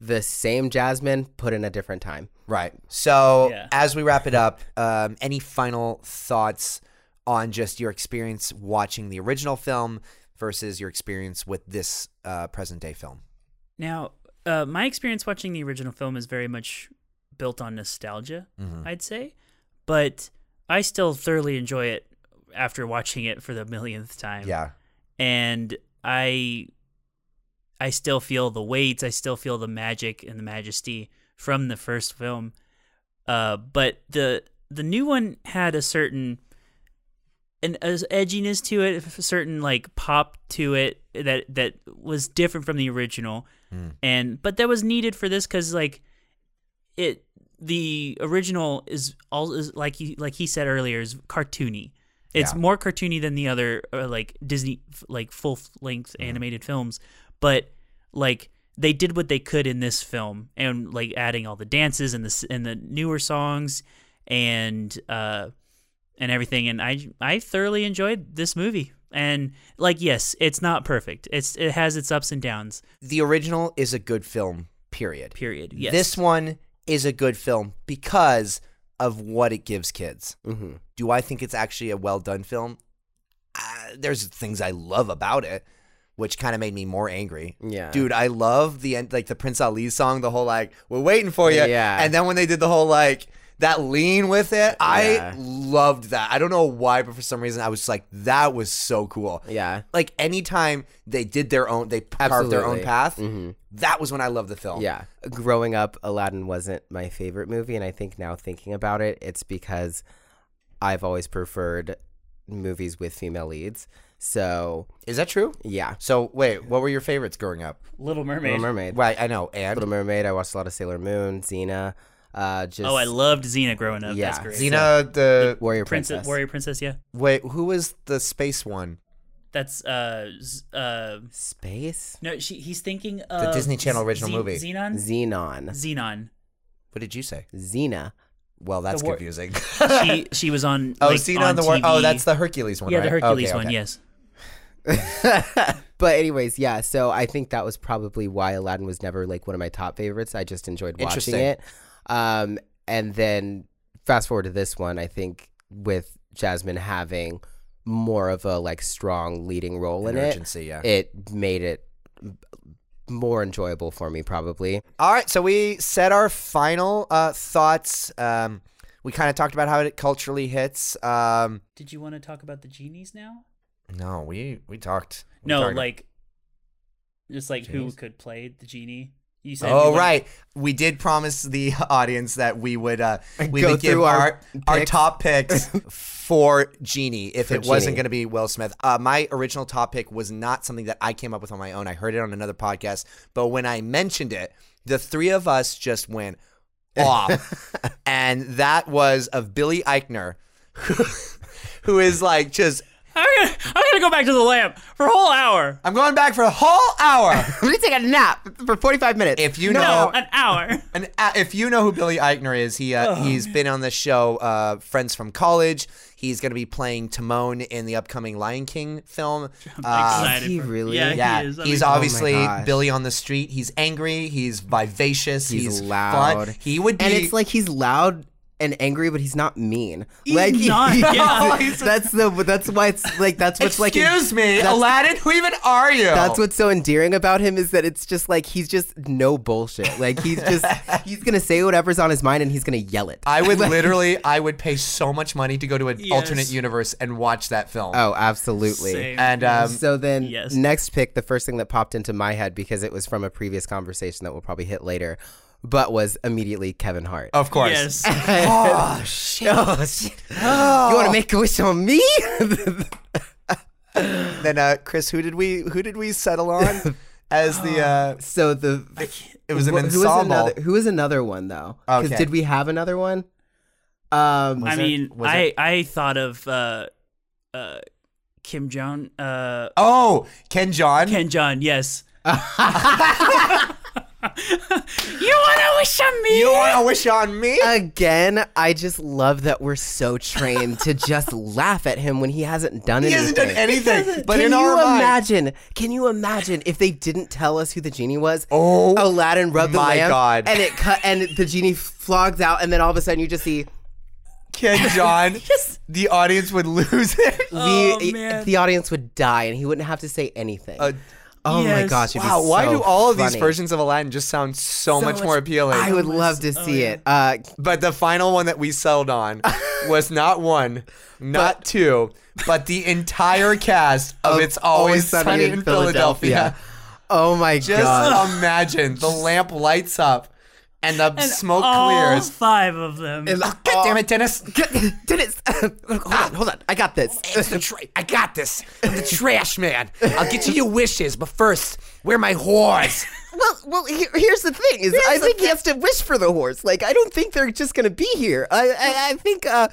Speaker 2: the same Jasmine put in a different time.
Speaker 1: Right. So
Speaker 3: Yeah.
Speaker 1: as we wrap it up, um, any final thoughts on just your experience watching the original film versus your experience with this uh, present day film?
Speaker 3: Now, uh, my experience watching the original film is very much built on nostalgia,
Speaker 1: Mm-hmm.
Speaker 2: Hmm.
Speaker 3: I'd say, but I still thoroughly enjoy it after watching it for the millionth time.
Speaker 1: Yeah.
Speaker 3: and I I still feel the weight, I still feel the magic and the majesty from the first film. Uh, but the the new one had a certain an a edginess to it, a certain like pop to it that that was different from the original, and but that was needed for this because like it the original is all is like he like he said earlier is cartoony. It's
Speaker 1: Yeah.
Speaker 3: more cartoony than the other uh, like Disney f- like full length animated films, but like they did what they could in this film and like adding all the dances and the s- and the newer songs and uh and everything and I I thoroughly enjoyed this movie. And like yes, it's not perfect. It's it has its ups and downs.
Speaker 1: The original is a good film, period.
Speaker 3: Period. Yes.
Speaker 1: This one is a good film because of what it gives kids.
Speaker 2: Mhm.
Speaker 1: Do I think it's actually a well done film? Uh, there's things I love about it, which kind of made me more angry.
Speaker 2: Yeah.
Speaker 1: dude, I love the end, like the Prince Ali song. The whole like, we're waiting for you.
Speaker 2: Yeah.
Speaker 1: and then when they did the whole like that lean with it, I
Speaker 2: Yeah.
Speaker 1: loved that. I don't know why, but for some reason, I was just like, that was so cool.
Speaker 2: Yeah.
Speaker 1: Like anytime they did their own, they carved their own
Speaker 2: Absolutely. Mm. Mm-hmm.
Speaker 1: path. That was when I loved the film.
Speaker 2: Yeah. Growing up, Aladdin wasn't my favorite movie. And I think now thinking about it, it's because I've always preferred movies with female leads. So,
Speaker 1: is that true?
Speaker 2: yeah.
Speaker 1: So wait, what were your favorites growing up?
Speaker 3: Little Mermaid.
Speaker 2: Little Mermaid.
Speaker 1: Right, I know, and
Speaker 2: Little Mermaid. I watched a lot of Sailor Moon, Xena. Uh, just
Speaker 3: Oh, I loved Xena growing up. That's
Speaker 2: Yeah.
Speaker 3: great.
Speaker 1: Xena the
Speaker 2: Warrior
Speaker 3: Princess,
Speaker 2: Princess.
Speaker 3: Warrior Princess, yeah.
Speaker 1: wait, who was the space one?
Speaker 3: That's uh Z- uh
Speaker 2: Space?
Speaker 3: no, she he's thinking of
Speaker 1: Disney Channel
Speaker 3: Z-
Speaker 1: original
Speaker 3: Xen-
Speaker 1: movie.
Speaker 3: Xenon?
Speaker 2: Xenon.
Speaker 3: Xenon.
Speaker 1: What did you say?
Speaker 2: Xena.
Speaker 1: Well, that's
Speaker 3: The war-
Speaker 1: confusing.
Speaker 3: She she was on
Speaker 1: oh,
Speaker 3: like,
Speaker 1: Xena
Speaker 3: on
Speaker 1: on the war. Oh,
Speaker 3: TV.
Speaker 1: that's the Hercules one.
Speaker 3: Yeah,
Speaker 1: right?
Speaker 3: the Hercules
Speaker 1: Okay,
Speaker 3: one,
Speaker 1: okay.
Speaker 3: yes.
Speaker 2: But anyways, yeah. So I think that was probably why Aladdin was never like one of my top favorites. I just enjoyed watching
Speaker 1: Interesting.
Speaker 2: it. Um, and then fast forward to this one, I think with Jasmine having more of a like strong leading role in
Speaker 1: An
Speaker 2: it,
Speaker 1: urgency, yeah.
Speaker 2: it made it m- more enjoyable for me probably.
Speaker 1: All right, so we said our final uh, thoughts. Um, we kind of talked about how it culturally hits. Um,
Speaker 3: Did you want to talk about the genies now?
Speaker 1: no, we we talked. we
Speaker 3: no,
Speaker 1: talked-
Speaker 3: like just like
Speaker 1: Genies?
Speaker 3: who could play the genie. You said you
Speaker 1: Oh
Speaker 3: wouldn't-
Speaker 1: right, we did promise the audience that we would uh, we
Speaker 2: Go
Speaker 1: would give
Speaker 2: through our
Speaker 1: our our
Speaker 2: picks.
Speaker 1: top picks for Genie if
Speaker 2: For
Speaker 1: it wasn't
Speaker 2: Genie.
Speaker 1: going to be Will Smith. Uh, my original top pick was not something that I came up with on my own. I heard it on another podcast, but when I mentioned it, the three of us just went off, and that was of Billy Eichner, who, who is like just
Speaker 3: I'm gonna, I'm gonna go back to the lamp for a whole hour.
Speaker 1: I'm going back for a whole hour.
Speaker 2: I'm gonna take a nap for 45 minutes.
Speaker 1: If you know
Speaker 3: No, an hour.
Speaker 1: And uh, if you know who Billy Eichner is, he uh, he's been on the show uh, Friends from College. He's going to be playing Timon in the upcoming Lion King film. Uh,
Speaker 3: Excited
Speaker 2: he
Speaker 3: for-
Speaker 2: really?
Speaker 3: Yeah,
Speaker 1: yeah,
Speaker 3: he is. I
Speaker 1: he's
Speaker 3: mean,
Speaker 1: obviously
Speaker 2: gosh.
Speaker 1: Billy on the street. He's angry. He's vivacious. He's,
Speaker 2: he's, loud.
Speaker 1: Fun. He would be.
Speaker 2: and it's like he's loud and angry, but he's not mean.
Speaker 3: He's not, yeah.
Speaker 2: that's the that's why it's like that's what's like
Speaker 1: Excuse me,
Speaker 2: that's-
Speaker 1: Aladdin. Who even are you?
Speaker 2: That's what's so endearing about him is that it's just like he's just no bullshit. Like he's just he's gonna say whatever's on his mind and he's gonna yell it.
Speaker 1: I would literally. I would pay so much money to go to an
Speaker 3: Yes.
Speaker 1: alternate universe and watch that film.
Speaker 2: oh, absolutely.
Speaker 3: Same.
Speaker 1: And um,
Speaker 2: so then
Speaker 3: Yes.
Speaker 2: next pick the first thing that popped into my head because it was from a previous conversation that we'll probably hit later but was immediately Kevin Hart.
Speaker 1: of course.
Speaker 3: yes.
Speaker 1: Oh shit.
Speaker 2: Oh, shit. You want to make a wish on me?
Speaker 1: Then uh, Chris, who did we who did we settle on as the? Uh,
Speaker 2: so the
Speaker 1: it was an
Speaker 2: wh- who is
Speaker 1: ensemble.
Speaker 2: another who is another one though? Because
Speaker 1: Okay.
Speaker 2: did we have another one? Um,
Speaker 3: I
Speaker 1: it-
Speaker 3: mean,
Speaker 1: was
Speaker 3: I I thought of uh, uh, Kim Jong, uh,
Speaker 1: Oh, Ken John.
Speaker 3: Ken John. Yes. you wanna wish on me?
Speaker 1: you want to wish on me?
Speaker 2: Uh, again, I just love that we're so trained to just laugh at him when he hasn't done
Speaker 1: He
Speaker 2: anything.
Speaker 1: hasn't done anything. But
Speaker 2: can
Speaker 1: in
Speaker 2: you
Speaker 1: our mind,
Speaker 2: imagine? Can you imagine if they didn't tell us who the genie was?
Speaker 1: Oh
Speaker 2: Aladdin rubbed
Speaker 1: my
Speaker 2: the lamp,
Speaker 1: God.
Speaker 2: and it cut, and the genie flogs out, and then all of a sudden you just see
Speaker 1: Ken John, the audience would lose it.
Speaker 2: the
Speaker 3: Oh, man.
Speaker 2: the audience would die, and he wouldn't have to say anything.
Speaker 1: Uh,
Speaker 2: oh my
Speaker 3: yes.
Speaker 2: gosh! it'd be
Speaker 1: Wow, why
Speaker 2: so
Speaker 1: do all of these
Speaker 2: funny.
Speaker 1: versions of Aladdin just sound so, much, more appealing?
Speaker 2: I would love to
Speaker 3: Oh,
Speaker 2: see it. Uh,
Speaker 1: But the final one that we sold on was not one, not two, but the entire cast of, It's Always Sunny, in Philadelphia.
Speaker 2: Oh my
Speaker 1: Just
Speaker 2: god!
Speaker 1: imagine the lamp lights up and the smoke
Speaker 3: All
Speaker 1: clears.
Speaker 3: five of them.
Speaker 1: Oh, God damn it, Dennis.
Speaker 2: Dennis, hold on, hold on. I got this.
Speaker 1: It's the tra- I got this. I'm the trash man. I'll get you your wishes, but first, where are my whores?
Speaker 2: Well, well. Here, here's the thing: is I think he has to wish for the horse. Like I don't think they're just gonna be here. I, I, I think uh,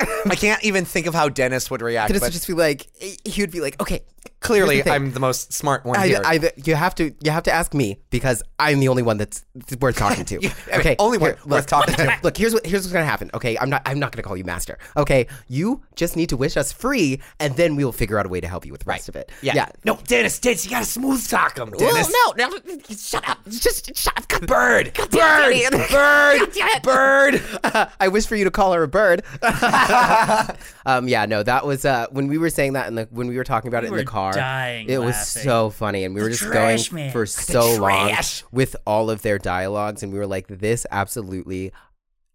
Speaker 1: I can't even think of how Dennis would react.
Speaker 2: Dennis
Speaker 1: but
Speaker 2: would just be like, he would be like, okay,
Speaker 1: clearly,
Speaker 2: here's the thing.
Speaker 1: I'm the most smart one
Speaker 2: I,
Speaker 1: here.
Speaker 2: I, you have to, you have to ask me because I'm the only one that's that's worth talking to.
Speaker 1: mean,
Speaker 2: Okay,
Speaker 1: only one
Speaker 2: here,
Speaker 1: worth talking to.
Speaker 2: Look, here's what, here's what's gonna happen. Okay, I'm not, I'm not gonna call you master. Okay, you just need to wish us free, and then we will figure out a way to help you with the rest of it.
Speaker 1: Yeah.
Speaker 2: yeah.
Speaker 1: No, Dennis, Dennis, you gotta smooth sock him.
Speaker 2: Well,
Speaker 1: Dennis.
Speaker 2: no, no, shut up. Just shut up. God-
Speaker 1: Bird.
Speaker 2: damn
Speaker 1: Bird.
Speaker 2: it, Ian.
Speaker 1: Bird.
Speaker 2: God damn it.
Speaker 1: Bird.
Speaker 2: I wish for you to call her a bird. um, yeah, no, that was uh, when we were saying that in the when we were talking about it in
Speaker 3: were
Speaker 2: the car.
Speaker 3: dying
Speaker 2: it was
Speaker 3: laughing.
Speaker 2: so funny, and we were just going
Speaker 3: trash man.
Speaker 2: for
Speaker 3: The
Speaker 2: so long
Speaker 1: trash.
Speaker 2: with all of their dialogues, and we were like, "This absolutely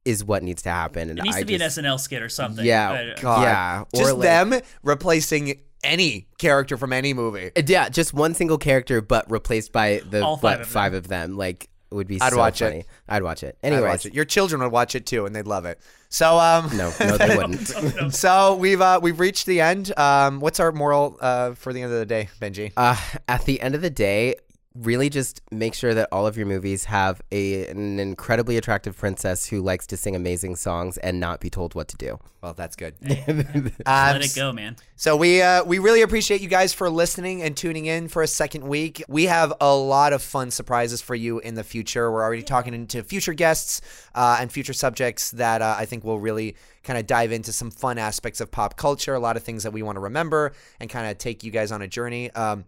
Speaker 2: is what needs to happen." And
Speaker 3: it needs
Speaker 2: I
Speaker 3: to be
Speaker 2: just,
Speaker 3: an SNL skit or something.
Speaker 2: yeah,
Speaker 3: I-
Speaker 2: God. yeah, or
Speaker 1: Just
Speaker 2: like-
Speaker 1: them replacing any character from any movie.
Speaker 2: Uh, Yeah, just one single character, but replaced by the
Speaker 3: All five
Speaker 2: what,
Speaker 3: of them.
Speaker 2: five of them. Like, it would be
Speaker 1: I'd
Speaker 2: so
Speaker 1: watch it.
Speaker 2: funny. I'd watch it.
Speaker 1: I'd
Speaker 2: Anyways,
Speaker 1: watch it. Your children would watch it too, and they'd love it. So um,
Speaker 2: no, no, they wouldn't.
Speaker 3: Oh,
Speaker 1: so we've uh, we've reached the end. Um, what's our moral uh, for the end of the day, Benji?
Speaker 2: Uh, at the end of the day, really just make sure that all of your movies have a, an incredibly attractive princess who likes to sing amazing songs and not be told what to do.
Speaker 1: Well, that's good.
Speaker 3: Let
Speaker 1: Um,
Speaker 3: it go, man.
Speaker 1: So we uh, we really appreciate you guys for listening and tuning in for a second week. We have a lot of fun surprises for you in the future. We're already talking into future guests uh, and future subjects that uh, I think will really kind of dive into some fun aspects of pop culture. A lot of things that we want to remember and kind of take you guys on a journey. Um,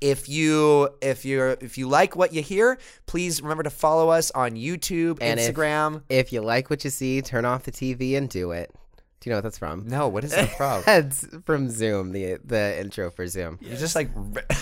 Speaker 1: if you if you are if you like what you hear, please remember to follow us on YouTube,
Speaker 2: And if-
Speaker 1: Instagram.
Speaker 2: If you like what you see, turn off the TV and do it. Do you know what that's from?
Speaker 1: no, what is that from?
Speaker 2: That's from Zoom, the the intro for Zoom.
Speaker 1: You're just like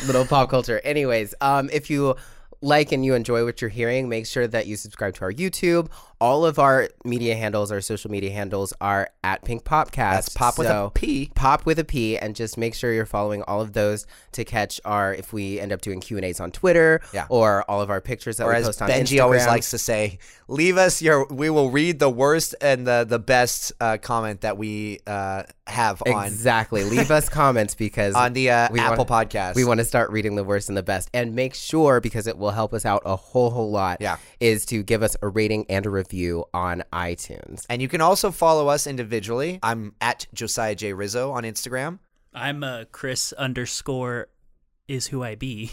Speaker 2: Little pop culture. Anyways, um, if you like and you enjoy what you're hearing, make sure that you subscribe to our YouTube. All of our media handles, our social media handles are at Pink Popcast. That's
Speaker 1: pop with a P.
Speaker 2: pop with a p and just make sure you're following all of those to catch our if we end up doing q and a's on twitter
Speaker 1: Yeah.
Speaker 2: or all of our pictures that
Speaker 1: or
Speaker 2: we
Speaker 1: as
Speaker 2: post on
Speaker 1: Benji
Speaker 2: Instagram.
Speaker 1: always likes to say, leave us your. We will read the worst and the the best uh, comment that we uh, have on
Speaker 2: exactly leave us comments because
Speaker 1: on the uh,
Speaker 2: we
Speaker 1: Apple
Speaker 2: wanna-
Speaker 1: Podcast.
Speaker 2: we want to start reading the worst and the best and make sure because it will help us out a whole whole lot
Speaker 1: Yeah.
Speaker 2: is to give us a rating and a review on itunes
Speaker 1: and you can also follow us individually. I'm at Josiah J Rizzo on Instagram.
Speaker 3: I'm uh, Chris underscore is who I be.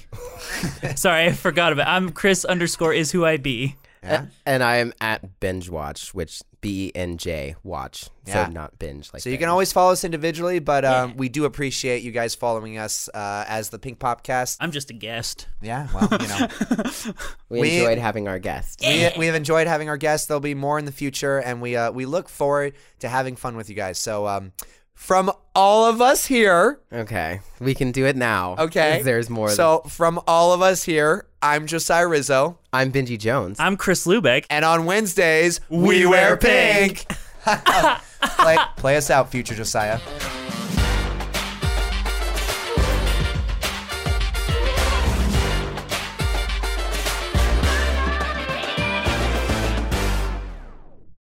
Speaker 3: Sorry, I forgot about. I'm Chris underscore is who I be.
Speaker 1: Yeah.
Speaker 2: And I am at binge watch, which B E N J watch.
Speaker 1: Yeah.
Speaker 2: So not binge like
Speaker 1: So you
Speaker 2: binge.
Speaker 1: can always follow us individually, but um, we do appreciate you guys following us uh, as the Pink Popcast.
Speaker 3: I'm just a guest.
Speaker 1: Yeah, well, you know,
Speaker 2: we,
Speaker 1: we-
Speaker 2: enjoyed having our guest.
Speaker 1: we, we have enjoyed having our guests. There'll be more in the future, and we uh, we look forward to having fun with you guys. So, um, from all of us here,
Speaker 2: Okay. We can do it now.
Speaker 1: okay,
Speaker 2: There's more so
Speaker 1: So, from all of us here, I'm Josiah Rizzo,
Speaker 2: I'm Benji Jones.
Speaker 3: I'm Chris Lubeck.
Speaker 1: and on Wednesdays
Speaker 3: We wear pink.
Speaker 1: pink. play, play us out, future Josiah.